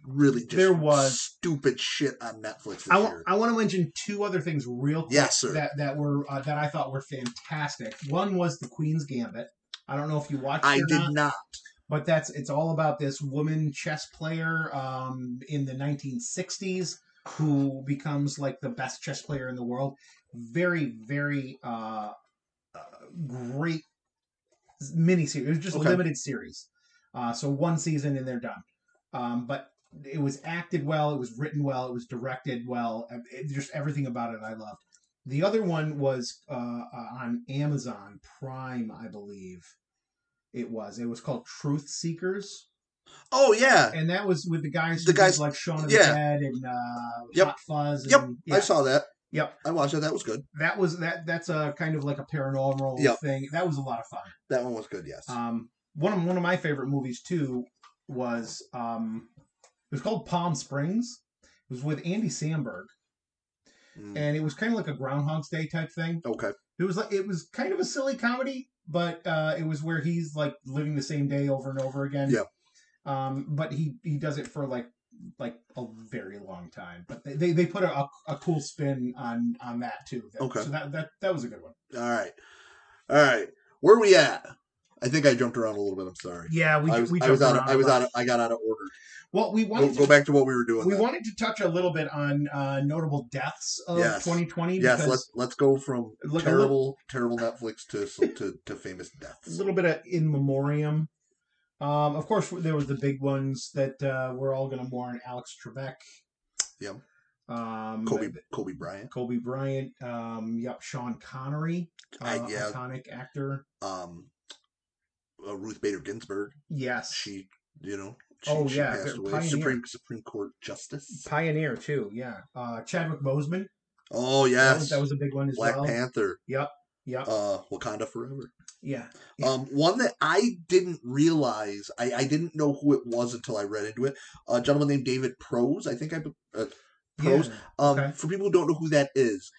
B: really just
C: There was.
B: stupid shit on Netflix this
C: I
B: year.
C: want to mention two other things real quick
B: Yes, sir.
C: that that were uh, that I thought were fantastic. One was the Queen's Gambit. I don't know if you watched.
B: I
C: it or
B: did
C: not.
B: not.
C: but that's it's all about this woman chess player um, in the 1960s who becomes like the best chess player in the world very very uh, uh great mini series it was just
B: Okay.
C: a limited series uh so one season and they're done um but it was acted well it was written well it was directed well uh, it, just everything about it i loved the other one was uh, uh, on amazon prime i believe it was. It was called Truth Seekers,
B: Oh yeah,
C: and that was with the guys.
B: The
C: who
B: guys-
C: did, like Shaun of
B: yeah.
C: the Dead and uh,
B: Yep.
C: Hot Fuzz. And,
B: Yep,
C: yeah.
B: I saw that.
C: Yep,
B: I watched that. That was good.
C: that was that. That's a kind of like a paranormal
B: Yep.
C: thing. That was a lot of fun.
B: That one was good. Yes.
C: Um, one of one of my favorite movies too was um, it was called Palm Springs. It was with Andy Samberg,
B: Mm,
C: and it was kind of like a Groundhog's Day type thing.
B: okay.
C: It was like it was kind of a silly comedy, but uh, it was where he's like living the same day over and over again.
B: Yeah.
C: Um, but he he does it for like like a very long time. But they they, they put a, a, a cool spin on on that too. That-
B: Okay.
C: So that that that was a good one.
B: All right. All right. Where we at? I think I jumped around a little bit. I'm sorry.
C: Yeah, we
B: I was
C: we
B: I was
C: jumped
B: out. Of,
C: around
B: I was
C: a lot.
B: out. Of, I got out of order.
C: Well, we
B: Go,
C: wanted
B: go
C: to,
B: back to what we were doing.
C: we
B: then.
C: wanted to touch a little bit on uh, notable deaths of
B: Yes.
C: 2020.
B: Yes,
C: because-
B: let's let's go from
C: Look, a
B: terrible terrible Netflix to to, to famous
C: a
B: deaths.
C: little bit of in memoriam. Um, of course, there was the big ones that uh, we're all going to mourn: Alex Trebek,
B: Yep.
C: um,
B: Kobe Kobe Bryant.
C: Kobe Bryant, um, yep, Sean Connery,
B: I-
C: uh,
B: yeah.
C: iconic actor.
B: Um, uh, Ruth Bader Ginsburg.
C: Yes,
B: She, you know, she,
C: Oh,
B: she
C: yeah,
B: passed
C: the
B: away.
C: pioneer.
B: Supreme Supreme Court Justice.
C: pioneer too. Yeah, uh, Chadwick Boseman.
B: Oh
C: That
B: yes,
C: was- that was a big one as
B: Black
C: well.
B: Panther.
C: Yep.
B: Uh, Wakanda Forever.
C: yeah. Yeah.
B: Um, one that I didn't realize, I, I didn't know who it was until I read into it. A gentleman named David Prose, I think I uh, Prose.
C: Yeah.
B: Um,
C: Okay.
B: For people who don't know who that is,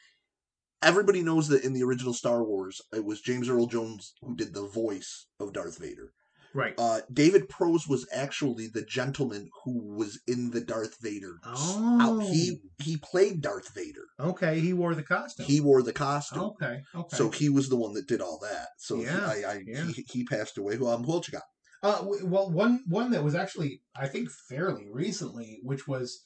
B: everybody knows that in the original Star Wars, it was James Earl Jones who did the voice of Darth Vader.
C: Right.
B: Uh, David Prose was actually the gentleman who was in the Darth Vader.
C: Oh.
B: He he played Darth Vader.
C: Okay, he wore the costume.
B: He wore the costume.
C: okay. Oh, Okay.
B: So he was the one that did all that. So
C: Yeah,
B: he, I, I,
C: yeah.
B: he, he passed away. Who um, who else you got?
C: Uh, w- well, one one that was actually I think fairly recently, which was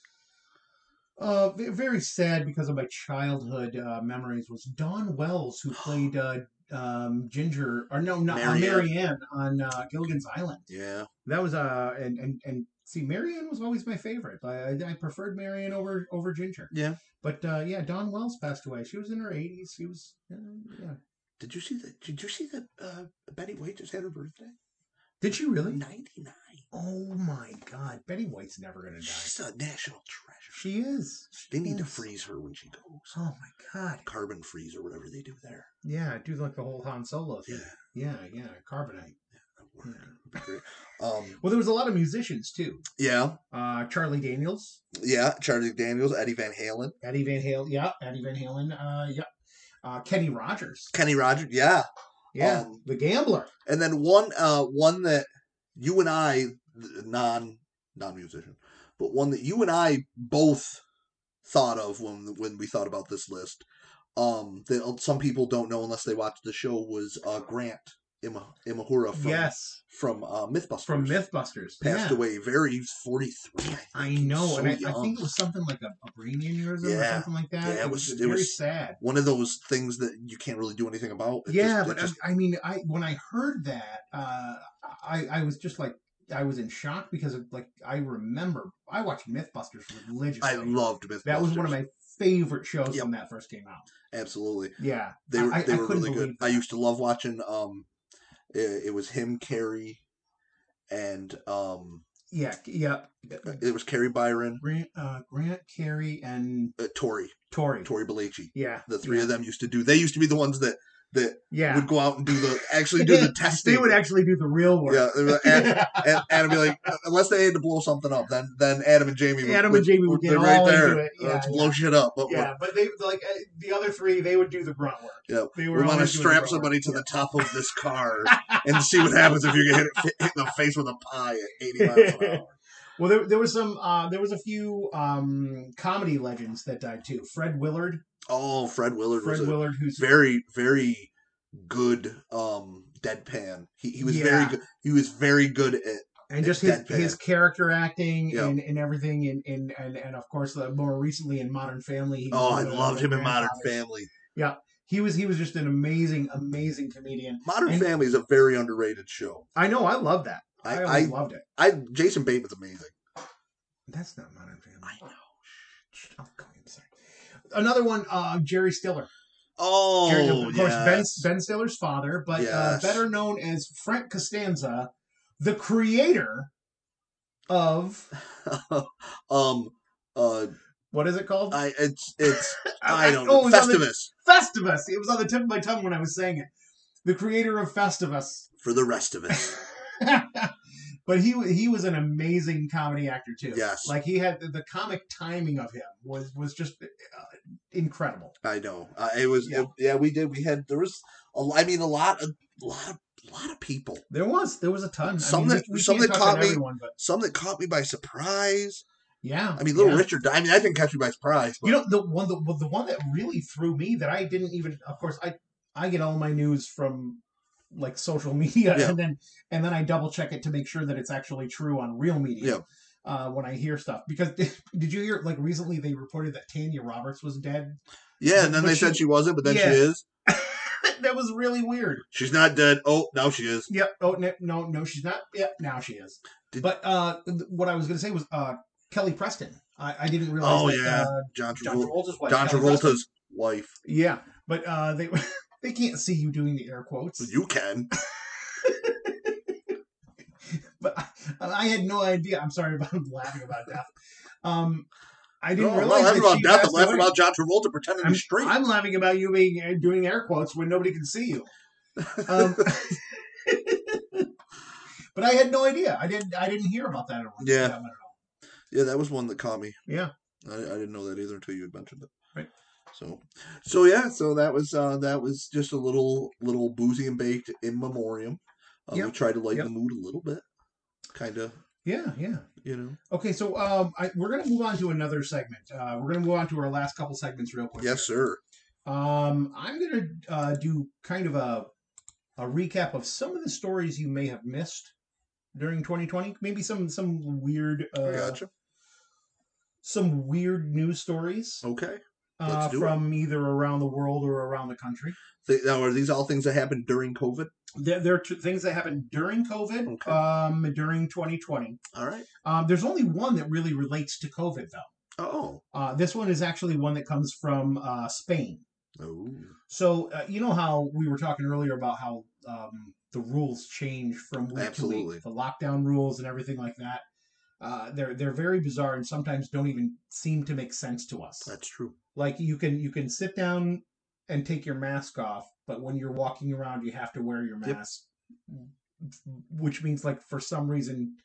C: uh ve- very sad because of my childhood uh, memories, was Don Wells who played uh, um, Ginger or no not uh,
B: Marianne.
C: Marianne on uh, Gilligan's Island.
B: Yeah,
C: That was uh and and and see Marianne was always my favorite. I I- I preferred Marianne over over Ginger.
B: yeah.
C: But uh, yeah, Don Wells passed away. She was in her eighties. She was uh, yeah.
B: Did you see that? Did you see that? Uh, Betty White just had her birthday.
C: Did she really?
B: Ninety nine.
C: Oh my God, Betty White's never gonna die.
B: She's a national treasure.
C: She is.
B: They need to
C: Yes.
B: freeze her when she goes.
C: Oh my god.
B: Carbon freeze or whatever they do there.
C: Yeah, do like the whole Han Solo thing.
B: Yeah,
C: Yeah, yeah, carbonite.
B: that would work. It'd be great. Um,
C: Well, there was a lot of musicians too.
B: yeah,
C: Uh, Charlie Daniels,
B: yeah. Charlie Daniels, Eddie Van Halen,
C: Eddie Van Halen. Yeah, Eddie Van Halen. Uh, yeah. Uh, Kenny Rogers.
B: Kenny Rogers. Yeah,
C: Yeah,
B: Um,
C: the Gambler.
B: And then one uh one that you and I non non musician, but one that you and I both thought of when when we thought about this list. Um that some people don't know unless they watch the show was uh Grant Ima, Imahura from
C: yes,
B: from uh Mythbusters.
C: from MythBusters.
B: passed
C: yeah.
B: away very 43.
C: I know,
B: So
C: and I, I
B: young.
C: think it was something like a, a brain aneurysm or
B: Yeah.
C: something like that.
B: Yeah, it
C: it
B: was-
C: was,
B: it
C: very
B: was-
C: sad.
B: One of those things that you can't really do anything about. It
C: yeah,
B: just- it
C: but uh,
B: just-
C: I, I mean, I when I heard that, uh, I I was just like I was in shock because of, like I remember I watched MythBusters religiously.
B: I loved Mythbusters.
C: That was one of my favorite shows
B: Yep.
C: when that first came out.
B: absolutely.
C: Yeah,
B: They
C: I-
B: were
C: I-
B: they
C: I
B: were
C: couldn't
B: really good.
C: believe that.
B: I used to love watching. Um, it, it was him, Carrie, and um,
C: yeah, yeah.
B: it was Carrie Byron,
C: Grant, uh, Grant, Carey, and
B: uh, Tori,
C: Tori.
B: Tori Belici.
C: Yeah,
B: The three of them used to do. They used to be the ones that that
C: Yeah,
B: would go out and do the actually do the testing.
C: They would actually do the real work.
B: Yeah, they were like, and, and Adam be like, "Uh, unless they had to blow something up, then then Adam and Jamie. Would,
C: Adam and Jamie would get
B: they're
C: all into it.
B: Uh,
C: Yeah,
B: let's blow shit up. But
C: yeah, but they like uh, the other three. They would do the grunt work.
B: Yeah,
C: they
B: we
C: were
B: want to
C: always doing the
B: strap
C: grunt
B: somebody
C: work.
B: to the top of this car and see what happens if you get hit, hit in the face with a pie at 80 miles an hour.
C: Well, there, there was some. Uh, there was a few um, comedy legends that died too. Fred Willard.
B: Oh, Fred Willard
C: Fred
B: was a
C: Willard, who's
B: very, very good um deadpan. He, he was very
C: Yeah.
B: good. He was very good at
C: and just his,
B: deadpan.
C: his character acting
B: Yeah.
C: and, and everything and, and, and, and of course uh, more recently in Modern Family. He was
B: Oh,
C: one
B: I
C: of the-
B: loved
C: the
B: him in Modern
C: grandfathers.
B: Family.
C: He was he was just an amazing amazing comedian.
B: Modern
C: And-
B: Family is a very underrated show.
C: I know I love that. I,
B: I,
C: always
B: I,
C: loved it.
B: I, Jason Bateman's amazing.
C: That's not Modern Family.
B: I know.
C: Oh, God, I'm sorry. Another one, uh, Jerry Stiller. Jerry,
B: Oh,
C: of course,
B: yes.
C: Ben Ben Stiller's father, but uh,
B: Yes.
C: better known as Frank Costanza, the creator of
B: um, uh,
C: what is it called?
B: I it's it's I don't know
C: oh, it was on the-
B: Festivus
C: Festivus. It was on the tip of my tongue when I was saying it. The creator of Festivus.
B: for the rest of us.
C: but he wa- he was an amazing comedy actor too.
B: Yes.
C: Like he had the, the comic timing of him was was just uh, incredible.
B: I know. Uh, it was
C: Yeah.
B: it- yeah. We did. We had there was. A, l- I mean, a lot of a lot of a lot of people.
C: There was there was a ton.
B: Some
C: I mean,
B: that-
C: we, we
B: some
C: can't
B: that
C: talk about
B: caught me-
C: Everyone, but
B: Some that caught me by surprise.
C: yeah.
B: I mean, Little
C: yeah.
B: Richard. I mean, I didn't catch me by surprise. But
C: You know the one the, well, the one that really threw me that I didn't even of course I I get all my news from like social media
B: Yeah.
C: and then and then I double check it to make sure that it's actually true on real media.
B: Yeah.
C: Uh, when I hear stuff, because did you hear like recently they reported that Tanya Roberts was dead?
B: yeah, and then
C: but
B: they
C: she-
B: said she wasn't, but then
C: Yeah.
B: she is.
C: that was really weird.
B: She's not dead. Oh, now she is.
C: Yep. Oh no, no, no, she's not. Yep. Now she is.
B: Did-
C: but uh, th- what I was going to say was uh, Kelly Preston. I, I didn't realize.
B: Oh,
C: that,
B: yeah.
C: uh,
B: John
C: John
B: Travolta.
C: Travolta's wife.
B: John
C: Kelly Preston.
B: Travolta's wife.
C: Yeah, but uh, they they can't see you doing the air quotes.
B: You can.
C: But I, I had no idea. I'm sorry about laughing about death. Um, I
B: No,
C: didn't
B: I'm not
C: realize
B: laughing
C: that
B: about
C: she
B: death. I'm
C: passed
B: laughing
C: away.
B: about John Travolta pretending
C: I'm,
B: he's straight.
C: I'm laughing about you being uh, doing air quotes when nobody can see you. Um, but I had no idea. I didn't. I didn't hear about that. At all.
B: Yeah.
C: That one at all.
B: Yeah, that was one that caught me.
C: Yeah.
B: I, I didn't know that either until you had mentioned it.
C: Right.
B: So, so yeah, so that was uh that was just a little little boozy and baked in memoriam. Uh, We
C: Yep.
B: try to lighten
C: Yep.
B: the mood a little bit, kind of,
C: Yeah, yeah.
B: you know.
C: Okay, so um, I, we're going to move on to another segment. Uh, we're going to move on to our last couple segments real quick.
B: Yes, sir.
C: Um, I'm going to uh, do kind of a a recap of some of the stories you may have missed during 2020. Maybe some some weird uh,
B: gotcha.
C: some weird news stories
B: Okay. Oh,
C: uh,
B: let's do it.
C: from either around the world or around the country.
B: They, now, are these all things that happened during COVID?
C: There, there are two things that happened during COVID,
B: Okay.
C: um, during 2020.
B: All right.
C: Um, there's only one that really relates to COVID, though.
B: Oh.
C: Uh, this one is actually one that comes from uh, Spain.
B: Oh.
C: So uh, you know how we were talking earlier about how um, the rules change from week
B: Absolutely.
C: to week, the lockdown rules and everything like that. Uh, they're they're very bizarre and sometimes don't even seem to make sense to us.
B: That's true.
C: Like you can you can sit down and take your mask off, but when you're walking around, you have to wear your
B: Yep.
C: mask, which means like for some reason,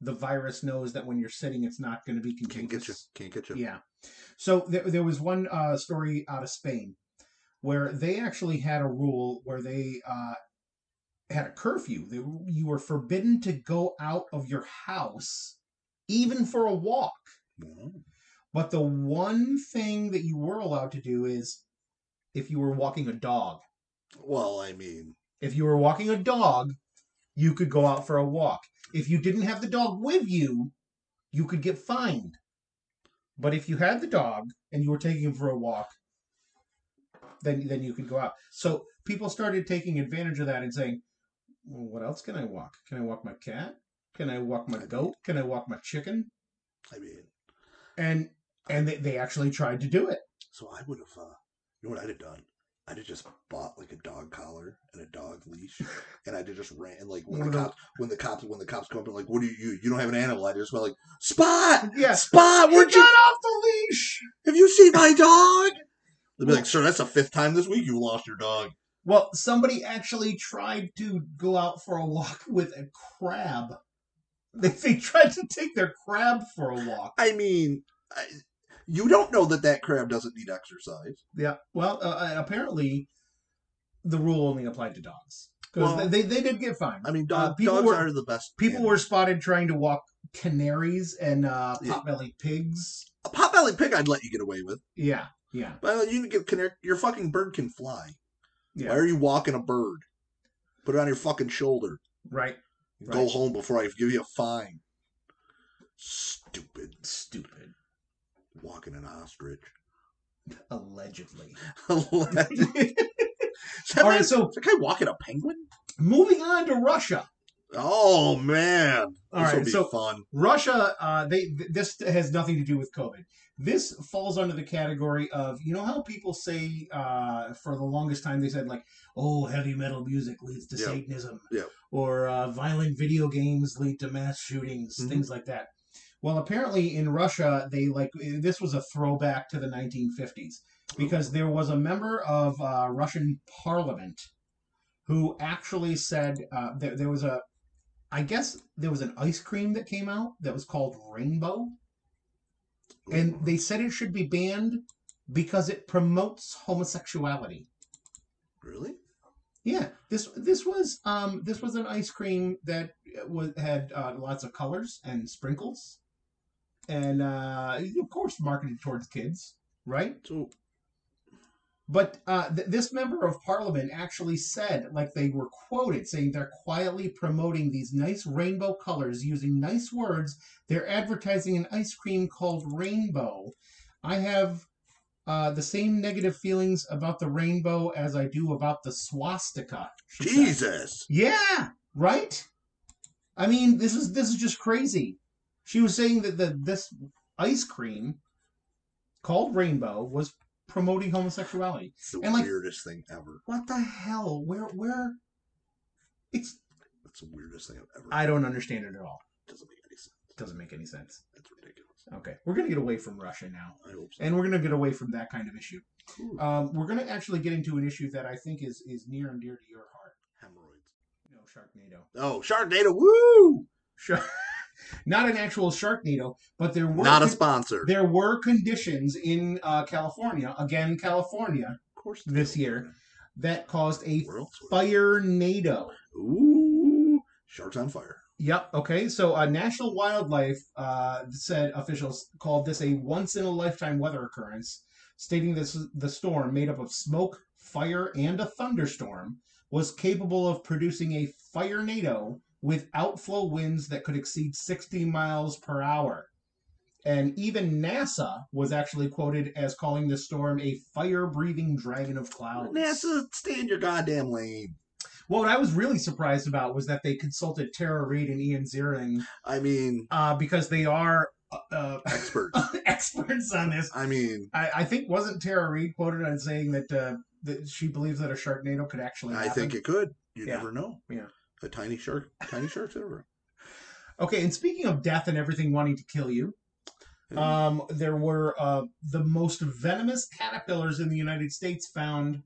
C: the virus knows that when you're sitting, it's not going to be contagious.
B: Can't get you. Can't get you.
C: Yeah. So there, there was one uh, story out of Spain where they actually had a rule where they uh, had a curfew. They, you were forbidden to go out of your house, even for a walk.
B: Mhm.
C: But the one thing that you were allowed to do is if you were walking a dog.
B: Well, I mean,
C: If you were walking a dog, you could go out for a walk. If you didn't have the dog with you, you could get fined. But if you had the dog and you were taking him for a walk, then then you could go out. So people started taking advantage of that and saying, well, "What else can I walk? Can I walk my cat? Can I walk my goat? Can I walk my chicken?"
B: I mean,
C: And and they, they actually tried to do it.
B: so I would have, uh, you know what I'd have done? I'd have just bought like a dog collar and a dog leash, and I'd have just ran like when
C: One
B: the
C: of those-
B: cops, when the cops, when the cops come up, and like, what do you, you, you don't have an animal? I'd just be like, Spot,
C: Yes,
B: Spot,
C: we
B: where'd
C: got
B: you
C: off the leash.
B: Have you seen my dog? They'd be
C: Well-
B: like, sir, that's the fifth time this week you lost your dog.
C: Well, somebody actually tried to go out for a walk with a crab. They, they tried to take their crab for a walk.
B: I mean, I, you don't know that that crab doesn't need exercise.
C: Yeah. Well, uh, uh, apparently, the rule only applied to dogs because
B: Well-
C: they, they did get fined.
B: I mean,
C: Uh,
B: dog,
C: people
B: dogs
C: were-
B: are the best.
C: People were spotted trying to walk canaries and uh,
B: Yeah.
C: potbelly pigs.
B: a pot belly pig. I'd let you get away with,
C: Yeah. Yeah.
B: but you can get connect. Your fucking bird can fly.
C: Yeah.
B: Why are you walking a bird? Put it on your fucking shoulder.
C: Right.
B: Go
C: Right.
B: home before I give you a fine. Stupid
C: Stupid.
B: walking an ostrich.
C: Allegedly.
B: Is that
C: All
B: man-
C: right.
B: is
C: So
B: that guy walking a penguin?
C: moving on to Russia.
B: Oh man.
C: All
B: this will
C: right.
B: be
C: So
B: fun.
C: Russia, uh, they th- this has nothing to do with COVID. This falls under the category of you know how people say uh, for the longest time they said like oh heavy metal music leads to
B: Yeah.
C: Satanism
B: Yeah.
C: or uh, violent video games lead to mass shootings
B: Mhm.
C: things like that. Well, apparently in Russia they like eh, this was a throwback to the 1950s
B: Oh.
C: because there was a member of uh, Russian parliament who actually said uh, there, there was a, I guess there was an ice cream that came out that was called Rainbow, and they said it should be banned because it promotes homosexuality.
B: really
C: Yeah, this this was um this was an ice cream that was had uh, lots of colors and sprinkles, and uh, of course marketed towards kids, right?
B: so
C: But uh, th- this member of parliament actually said, like they were quoted saying, they're quietly promoting these nice rainbow colors using nice words. They're advertising an ice cream called Rainbow. I have uh, the same negative feelings about the rainbow as I do about the swastika. she said.
B: Jesus.
C: Yeah, right. I mean, this is this is just crazy. She was saying that the this ice cream called Rainbow was promoting homosexuality.
B: It's the
C: And, like-
B: weirdest thing ever.
C: What the hell? Where where? It's
B: That's the weirdest thing I've ever.
C: I don't understand it at all.
B: doesn't make any sense.
C: Doesn't make any sense.
B: That's ridiculous.
C: Okay, we're gonna get away from Russia now,
B: I hope so.
C: and we're gonna get away from that kind of issue.
B: Cool.
C: Um, we're gonna actually get into an issue that I think is is near and dear to your heart.
B: Hemorrhoids.
C: No, Sharknado.
B: Oh, Sharknado! Woo!
C: Shark. Not an actual Sharknado, but there were
B: Not a
C: con-
B: sponsor.
C: there were conditions in uh, California, again California,
B: Of course.
C: this year that caused a
B: Where else? would-
C: fire nado.
B: Ooh. Sharks on fire.
C: Yep. Okay. So, uh, National Wildlife uh, said officials called this a once in a lifetime weather occurrence, stating this the storm, made up of smoke, fire, and a thunderstorm, was capable of producing a fire NATO with outflow winds that could exceed 60 miles per hour. And even NASA was actually quoted as calling the storm a fire breathing dragon of clouds.
B: NASA, stay in your goddamn lane.
C: What I was really surprised about was that they consulted Tara Reid and Ian Ziering
B: I mean,
C: uh, because they are uh,
B: experts.
C: experts on this.
B: I mean,
C: I, I think wasn't Tara Reid quoted on saying that uh, that she believes that a Sharknado could actually.
B: I
C: happen?
B: think it could. You
C: Yeah.
B: never know.
C: Yeah.
B: A tiny shark, tiny shark's ever.
C: Okay, and speaking of death and everything wanting to kill you, um, there were uh, the most venomous caterpillars in the United States found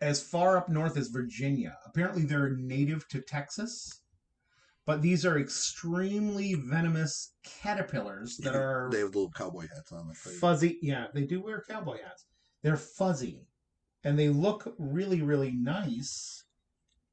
C: as far up north as Virginia. Apparently, they're native to Texas, but these are extremely venomous caterpillars that are
B: they have little cowboy hats on. Like they-
C: fuzzy. Yeah, they do wear cowboy hats. They're fuzzy, and they look really, really nice,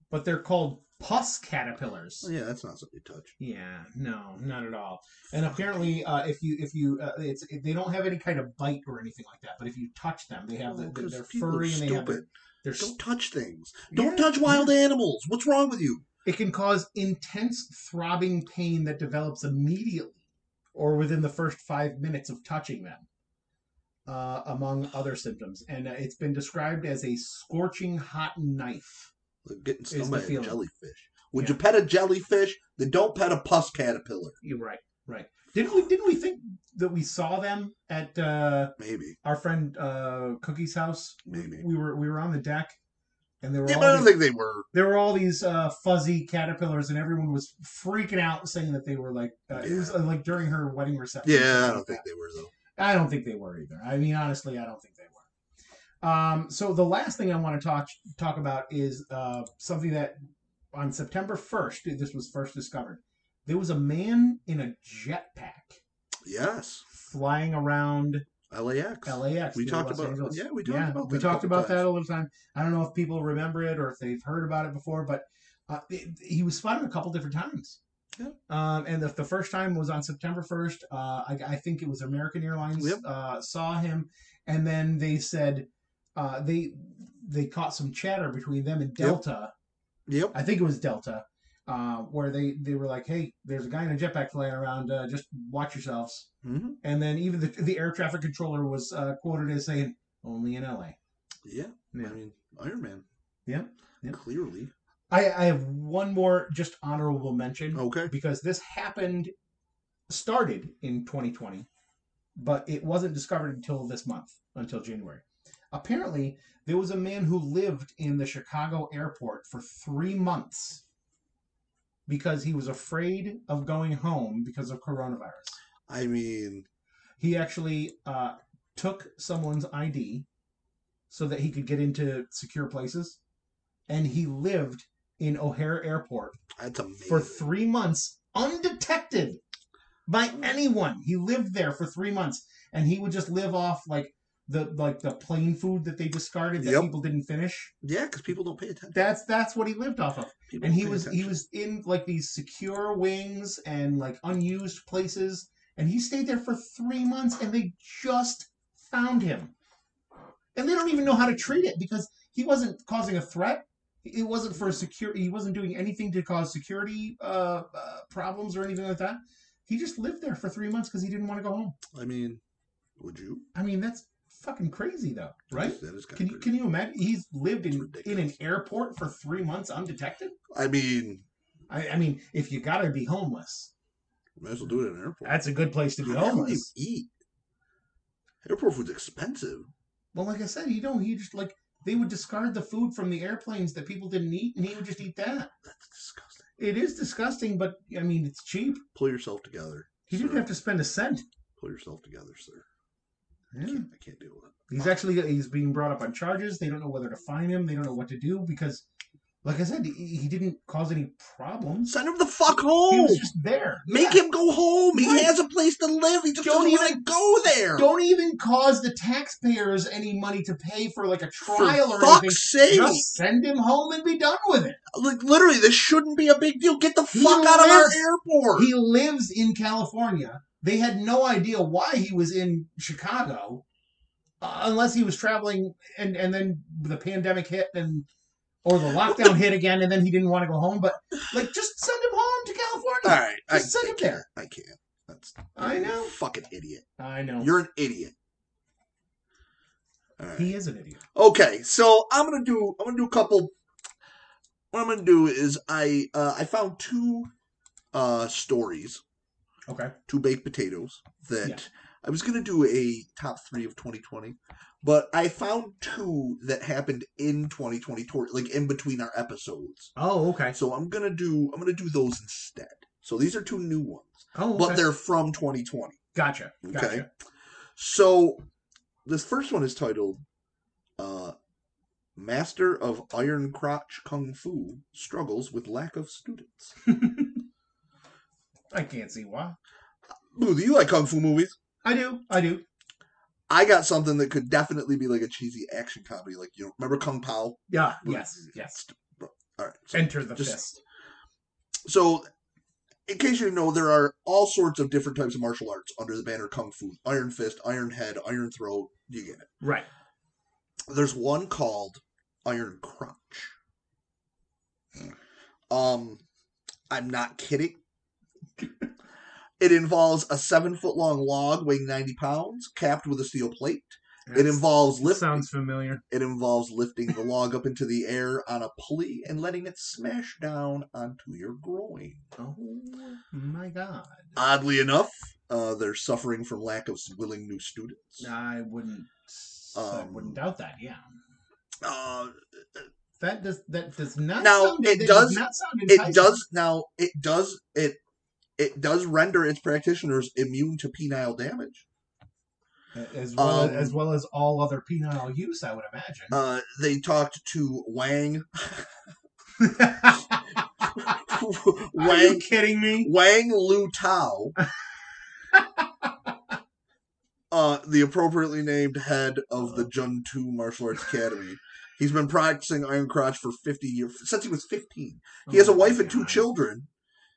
C: but they're called pus caterpillars.
B: yeah, that's not something you touch.
C: Yeah, no, not at all. And apparently, uh, if you if you uh, it's it, they don't have any kind of bite or anything like that. But if you touch them, they have the,
B: Oh,
C: the,
B: 'cause
C: they're
B: people are
C: furry and they have their,
B: stupid.
C: their
B: Don't touch things.
C: Yeah,
B: Don't touch wild animals. What's wrong with you?
C: It can cause intense throbbing pain that develops immediately or within the first five minutes of touching them, uh, among other symptoms. And uh, it's been described as a scorching hot knife.
B: Like getting
C: the
B: stung by a
C: feeling.
B: jellyfish. Would
C: Yeah.
B: you pet a jellyfish? Then don't pet a pus caterpillar.
C: You're right, right. Didn't we didn't we think that we saw them at? Uh,
B: Maybe.
C: our friend uh, Cookie's house.
B: Maybe.
C: We were we were on the deck, and there were
B: Yeah, but I
C: all
B: don't
C: these,
B: think they were.
C: there were all these uh, fuzzy caterpillars, and everyone was freaking out, saying that they were like uh, it was uh, like during her wedding reception. or
B: Yeah, I
C: something
B: don't
C: like
B: think they were though.
C: that. I don't think they were either. I mean, honestly, I don't think they were. Um, so the last thing I want to talk talk about is uh, something that on September first, this was first discovered. There was a man in a jetpack
B: Yes,
C: flying around
B: LAX.
C: LAX.
B: We
C: the
B: talked
C: Los
B: about-
C: Angeles.
B: yeah, we talked about
C: we
B: that a
C: talked
B: couple
C: about that
B: times.
C: a little time. I don't know if people remember it or if they've heard about it before, but uh, it- he was spotted a couple different times.
B: Yeah.
C: Um, and the, the first time was on September 1st. Uh, I, I think it was American Airlines
B: Yep.
C: uh, saw him, and then they said uh, they they caught some chatter between them and Delta.
B: Yep.
C: I think it was Delta, uh, where they they were like, "Hey, there's a guy in a jetpack flying around. Uh, just watch yourselves."
B: hmm
C: And then even the, the air traffic controller was uh, quoted as saying, "Only in LA."
B: Yeah.
C: Yeah.
B: I mean, Iron Man.
C: Yeah, yeah.
B: Clearly.
C: I, I have one more just honorable mention
B: Okay.
C: because this happened, started in 2020, but it wasn't discovered until this month, until January. Apparently, there was a man who lived in the Chicago airport for three months because he was afraid of going home because of coronavirus.
B: I mean,
C: he actually uh, took someone's ID so that he could get into secure places, and he lived in O'Hare Airport
B: that's amazing.
C: for three months undetected by anyone. He lived there for three months, and he would just live off like the like the plain food that they discarded that
B: Yep.
C: people didn't finish.
B: yeah, because people don't pay attention.
C: That's that's what he lived off of
B: People don't
C: and he
B: pay
C: was he
B: attention.
C: was in like these secure wings and like unused places and he stayed there for three months and they just found him and they don't even know how to treat it because he wasn't causing a threat it wasn't for security he wasn't doing anything to cause security uh, uh, problems or anything like that he just lived there for three months because he didn't want to go home
B: I mean, would you?
C: i mean that's fucking crazy though right
B: That is kind
C: can
B: of
C: you can you imagine he's lived in
B: It's
C: in an
B: ridiculous.
C: airport for three months undetected
B: I mean,
C: I, I mean, if you gotta be homeless,
B: might as well do it at an airport.
C: that's a good place to be
B: How do you
C: homeless.
B: eat? Airport food's expensive.
C: Well, like I said, you don't. He just like they would discard the food from the airplanes that people didn't eat, and he would just eat that.
B: That's disgusting.
C: It is disgusting, but I mean, it's cheap.
B: Pull yourself together.
C: He didn't
B: sir.
C: have to spend a cent.
B: Pull yourself together, sir. I,
C: Yeah.
B: can't, I can't deal with it.
C: He's actually he's being brought up on charges. They don't know whether to fine him. They don't know what to do because Like I said, he, he didn't cause any problems.
B: Send him the fuck
C: He
B: home.
C: was just there.
B: Make
C: Yeah.
B: him go home. He
C: Right.
B: has a place to live. He just
C: Don't
B: doesn't want to go there.
C: Don't even cause the taxpayers any money to pay for like a trial
B: For
C: or anything.
B: fuck's sake!
C: Just send him home and be done with it.
B: Like literally, this shouldn't be a big deal. Get the
C: He
B: fuck out of our
C: lives-
B: airport.
C: He lives in California. They had no idea why he was in Chicago, uh, unless he was traveling, and and then the pandemic hit and or the lockdown hit again, and then he didn't want to go home. But like, just send him home to
B: All
C: California.
B: right, I,
C: Just send
B: I
C: him
B: can't.
C: there.
B: I can't. That's
C: I
B: you're a
C: know.
B: fucking idiot.
C: I know.
B: You're an idiot. All right.
C: he is an idiot.
B: Okay, so I'm gonna do I'm gonna do a couple. What I'm gonna do is I uh, I found two uh, stories,
C: Okay.
B: two baked potatoes that
C: Yeah.
B: I was gonna do a top three of 2020, but I found two that happened in 2020, toward- like in between our episodes.
C: Oh, okay.
B: So I'm gonna do I'm gonna do those instead. So these are two new ones,
C: Oh,
B: but they're from 2020.
C: gotcha.
B: Okay.
C: Gotcha.
B: So this first one is titled uh Master of Iron Crotch Kung Fu struggles with lack of students.
C: I can't see why.
B: Boo, do you like kung fu movies?
C: I do. I do.
B: I got something that could definitely be like a cheesy action comedy. Like you know, remember Kung Pao?
C: Yeah. Yes. Yes.
B: All right. So,
C: Enter the
B: Just-
C: fist.
B: so, in case you didn't know, there are all sorts of different types of martial arts under the banner Kung Fu: Iron Fist, Iron Head, Iron Throat. You get it.
C: Right.
B: There's one called Iron Crotch. Um, I'm not kidding. It involves a seven foot long log weighing 90 pounds, capped with a steel plate. It involves
C: That
B: lifting.
C: sounds familiar.
B: It involves lifting the log up into the air on a pulley and letting it smash down onto your groin.
C: Oh my god.
B: Oddly enough, uh, they're suffering from lack of willing new students.
C: I wouldn't. I
B: Um,
C: wouldn't doubt that. Yeah.
B: Uh,
C: That does. That does not.
B: Now,
C: sound,
B: it
C: that
B: does-
C: not sound enticing.
B: it does now. It does it. It does render its practitioners immune to penile damage.
C: as well
B: um,
C: as, as well as all other penile use. I would imagine.
B: Uh, they talked to Wang.
C: Are you
B: uh, Wang
C: kidding me?
B: Wang Lu Tao. uh, the appropriately named head of
C: Uh.
B: the Jun Tu Martial Arts Academy. He's been practicing Iron Crotch for 50 years, since he was 15. He has a
C: Oh
B: wife
C: my
B: and two
C: God.
B: children,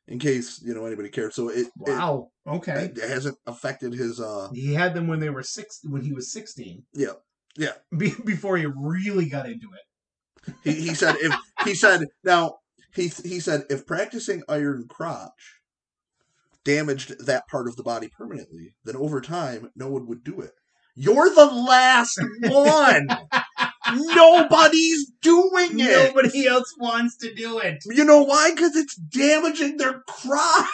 B: in case, you know, anybody cares. So it, it-
C: Wow. Okay.
B: it, hasn't affected his, uh,
C: He had them when they were six. When he was sixteen.
B: Yeah. Yeah.
C: Be, before he really got into it.
B: he, he said, if, he said, now, he, he said, if practicing Iron Crotch damaged that part of the body permanently, then over time, no one would do it. You're the last one! Nobody's doing it.
C: Nobody else wants to do it.
B: You know why? Because it's damaging their crop.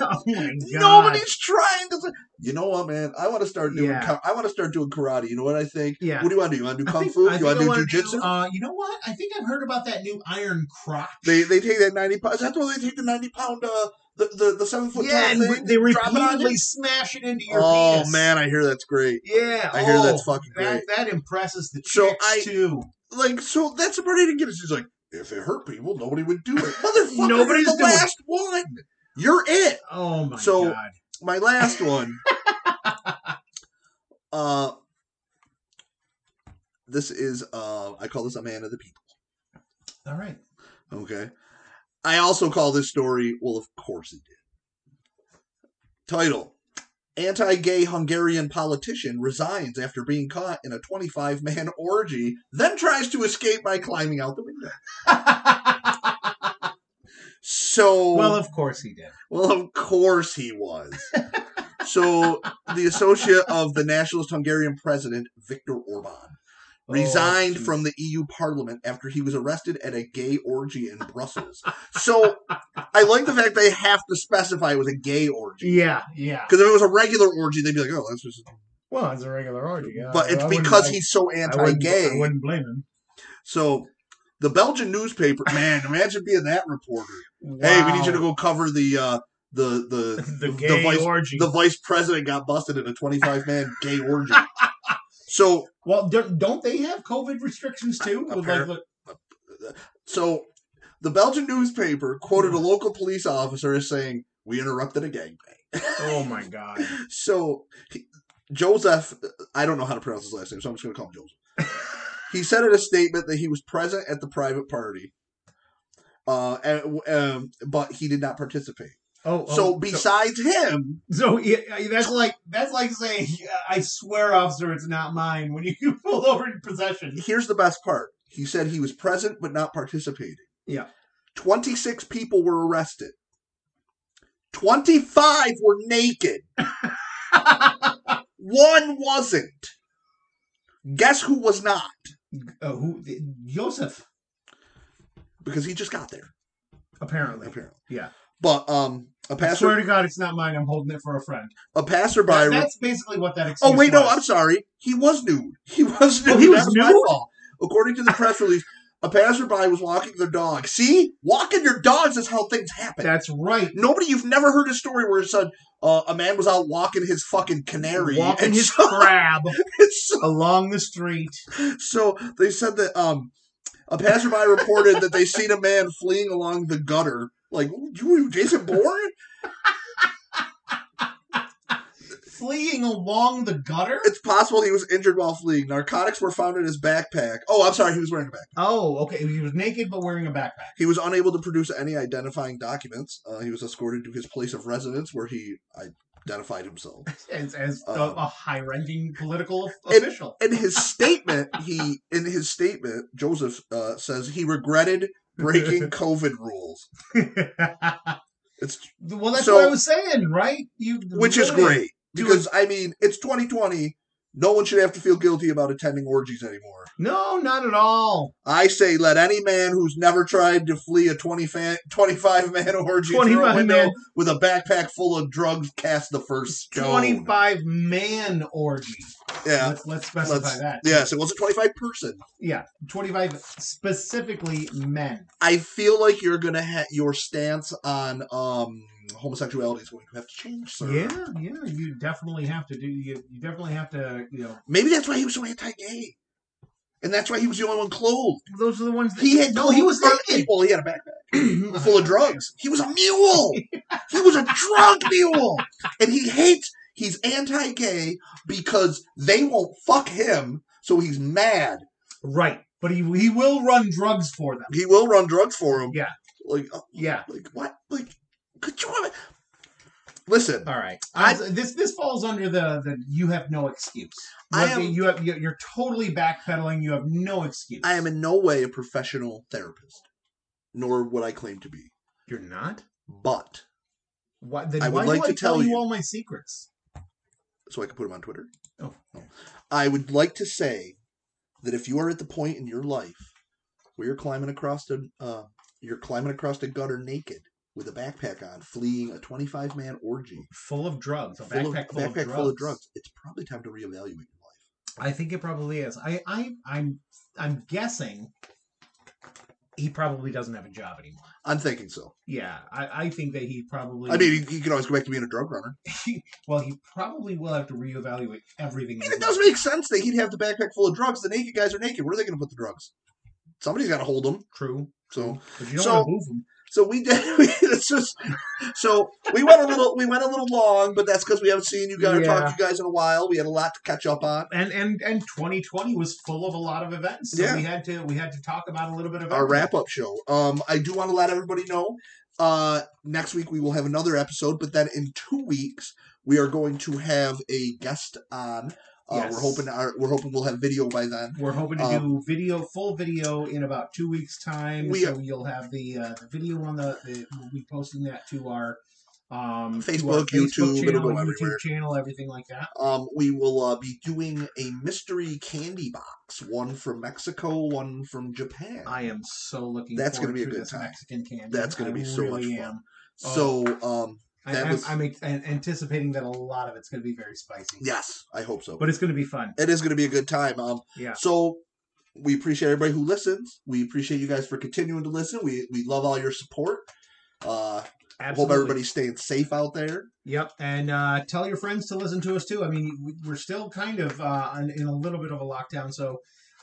C: Oh my god.
B: Nobody's trying to. You know what, man? I want to start doing.
C: Yeah.
B: ka- I want to start doing karate. You know what I think?
C: Yeah.
B: What do you want to do? You want to do
C: I
B: kung
C: think-
B: fu?
C: I
B: you
C: think
B: want
C: I
B: to do
C: wanna
B: jujitsu?
C: Uh, you know what? I think I've heard about that new iron crotch.
B: They they take that ninety pound. That's why they take the ninety pound. Uh, the the, the seven foot.
C: yeah, and
B: tall
C: re-
B: thing,
C: they
B: drop it on
C: repeatedly
B: you.
C: smash it into your
B: Oh
C: penis.
B: man, I hear that's great.
C: Yeah,
B: I hear
C: oh,
B: that's fucking
C: that, that impresses the chicks
B: So I-
C: too.
B: Like so, that's the part he didn't get. He's like, if it hurt people, nobody would do it. Motherfucker,
C: Nobody's
B: you're the
C: doing it.
B: last one. You're it.
C: Oh my
B: So-
C: god!
B: my last one. uh, this is uh, I call this a man of the people.
C: All right,
B: Okay, I also call this story. Well, of course it did. Title: Anti-gay Hungarian politician resigns after being caught in a 25-man orgy, then tries to escape by climbing out the window. So
C: well, of course he did.
B: Well, of course he was. so the associate of the nationalist Hungarian president Viktor Orban resigned
C: Oh,
B: from the EU Parliament after he was arrested at a gay orgy in Brussels. so I like the fact they have to specify it was a gay orgy.
C: Yeah, yeah.
B: Because if it was a regular orgy, they'd be like, "Oh, that's just."
C: Well, it's a regular orgy. yeah.
B: but it's
C: I wouldn't-
B: because
C: I-
B: he's so
C: I wouldn't-
B: anti-gay.
C: I wouldn't blame him.
B: So the Belgian newspaper, man, imagine being that reporter. Hey, we need you to go cover the uh, the the
C: the gay
B: vice
C: orgy.
B: the vice president got busted in a 25 man gay orgy. So,
C: Well, don't, don't they have COVID restrictions too? With, like,
B: Apparent-
C: look-
B: so The Belgian newspaper quoted a local police officer as saying, "We interrupted a gangbang."
C: Oh my god.
B: So he, Joseph, I don't know how to pronounce his last name, so I'm just going to call him Joseph. he said in a statement that he was present at the private party, uh, and, um, but he did not participate.
C: Oh, oh,
B: so besides him,
C: so, so yeah, I- that's like that's like saying I swear, officer, it's not mine. When you pull over in possession,
B: here's the best part. He said he was present but not participating.
C: Yeah.
B: 26 people were arrested. 25 were naked.
C: uh,
B: Oh, One wasn't. Guess who was not?
C: who Joseph
B: Because he just got there,
C: apparently.
B: apparently.
C: Yeah.
B: But um a
C: I swear
B: passer
C: to God, it's not mine. I'm holding it for a friend.
B: a passerby
C: That- that's basically what that. Excuse
B: Oh wait, no,
C: was.
B: I'm sorry. He was nude. He was nude.
C: Oh, he was
B: that was my
C: nude?
B: fault. According to the press release, a passerby was walking their dog. See, walking your dogs is how things happen.
C: That's right.
B: Nobody, you've never heard a story where it said uh, a man was out walking his fucking canary.
C: Walking
B: and
C: his
B: so,
C: crab
B: so,
C: along the street.
B: so they said that um, a passerby reported that they seen a man fleeing along the gutter. Like, you, Jason Bourne?
C: fleeing along the gutter?
B: It's possible he was injured while fleeing. Narcotics were found in his backpack. Oh, I'm sorry, he was wearing a backpack.
C: Oh, okay. He was naked but wearing a backpack.
B: He was unable to produce any identifying documents. Uh, he was escorted to his place of residence where he identified himself.
C: As, as a-
B: Uh,
C: a, high ranking political
B: it-
C: official.
B: In his statement, he in his statement, Joseph uh, says he regretted breaking COVID rules. It's
C: well, that's
B: So-
C: what I was saying, right? You,
B: which is
C: really-
B: great
C: Do
B: because I mean it's 2020. No one should have to feel guilty about attending orgies anymore.
C: No, not at all.
B: I say let any man who's never tried to flee a 20 fan, 25 man orgy through a
C: 25
B: window
C: man.
B: with a backpack full of drugs cast the first stone.
C: 25 man orgy.
B: Yeah.
C: Let's, let's specify
B: Let's-
C: that.
B: Yes, it wasn't 25 person.
C: Yeah. 25 specifically men.
B: I feel like you're gonna ha- your stance on um homosexuality is going to have to change, sir.
C: Yeah, yeah. You definitely have to do, you, you definitely have to, you know,
B: Maybe that's why he was so anti-gay, and that's why he was the only one clothed.
C: those are the ones that.
B: He had
C: no, he was
B: clothed
C: naked.
B: People, he had a backpack full of drugs. He was a mule. he was a drug mule, and he hates. He's anti-gay because they won't fuck him, so he's mad.
C: Right. But he, he will run drugs for them.
B: He will run drugs for him.
C: Yeah.
B: like uh,
C: Yeah.
B: like what? Like could you? have- Listen,
C: All right.
B: I-
C: I'm- this this falls under the the you have no excuse. You
B: I
C: have,
B: am-
C: you have you're you're totally backpedaling. You have no excuse.
B: I am in no way a professional therapist, nor would I claim to be.
C: You're not.
B: But
C: What? Then
B: I would
C: why
B: like
C: do
B: to
C: I tell,
B: tell
C: you
B: you-
C: all my secrets?
B: so I can put him on Twitter.
C: Oh.
B: I would like to say that if you are at the point in your life where you're climbing across the uh, you're climbing across the gutter naked with a backpack on, fleeing a 25 man orgy,
C: Full of drugs. A
B: full of-
C: backpack, full, of,
B: backpack
C: drugs.
B: full of drugs, it's probably time to reevaluate your life.
C: I think it probably is. I I I'm I'm guessing he probably doesn't have a job anymore.
B: I'm thinking so.
C: Yeah, I, I think that he probably.
B: I mean, he, he could always go back to being a drug runner.
C: well, he probably will have to reevaluate everything.
B: I
C: in
B: mean, it
C: his
B: does
C: life.
B: make sense that he'd have the backpack full of drugs. The naked guys are naked. Where are they going to put the drugs? Somebody's got to hold them.
C: true,
B: So
C: but you don't
B: So-
C: want to move him.
B: So we did. We, it's just so we went a little. We went a little long, but that's because we haven't seen you guys or talked to you guys in a while. We had a lot to catch up on.
C: and and and 2020 was full of a lot of events so
B: Yeah.
C: we had to we had to talk about a little bit of
B: Our
C: everything.
B: wrap up show. Um, I do want to let everybody know. Uh, next week we will have another episode, but then in two weeks we are going to have a guest on. Uh, We're
C: Yes.
B: hoping our, we're hoping we'll have video by then.
C: we're hoping to
B: Uh,
C: do video full video in about two weeks time
B: We-
C: so you'll have the uh, the video on the, the we'll be posting that to our um to
B: Facebook, YouTube, it'll
C: channel,
B: go
C: YouTube
B: everywhere.
C: channel everything like that
B: Um, we will uh, be doing a mystery candy box. One from Mexico, one from Japan.
C: i am so looking
B: That's gonna
C: forward
B: be a
C: to
B: good
C: this
B: time.
C: mexican candy
B: That's gonna
C: I
B: be so much
C: really
B: fun.
C: am.
B: so
C: oh.
B: um,
C: I,
B: That
C: am
B: was-
C: I'm ex- an- anticipating that a lot of it's going to be very spicy
B: yes, I hope so.
C: but it's going to be fun
B: it is going to be a good time. Um,
C: yeah
B: so we appreciate everybody who listens. We appreciate you guys for continuing to listen. We we love all your support. Uh, hope
C: absolutely.
B: everybody's staying safe out there.
C: Yep, and uh, tell your friends to listen to us too. I mean, we- we're still kind of uh, in- in a little bit of a lockdown, so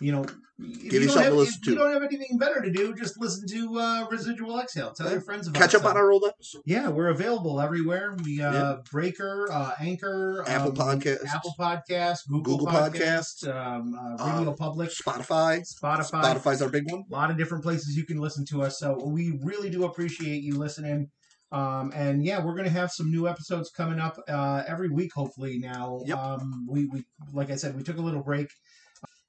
C: you know, if
B: Give
C: you
B: you
C: don't
B: something
C: have,
B: to
C: if
B: listen
C: you
B: to.
C: don't have anything better to do, just listen to uh, Residual Exhale. Tell your friends about
B: Catch
C: it.
B: up on our old episode.
C: Yeah, we're available everywhere. We uh
B: Yeah.
C: Breaker, uh Anchor,
B: Apple
C: um,
B: Podcasts.
C: Apple Podcasts, Google,
B: Google
C: Podcasts, um, uh, Radio
B: Um,
C: Public,
B: Spotify.
C: Spotify.
B: Spotify's our big one.
C: A lot of different places you can listen to us. So we really do appreciate you listening. Um, and yeah, we're gonna have some new episodes coming up uh, every week, hopefully. Now,
B: Yep.
C: um, we we like I said, we took a little break,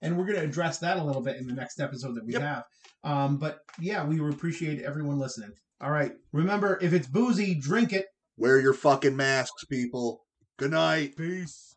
C: and we're gonna address that a little bit in the next episode that we
B: Yep.
C: have. Um, but yeah, we appreciate everyone listening. All right, remember if it's boozy, drink it.
B: Wear your fucking masks, people. Good night. Peace.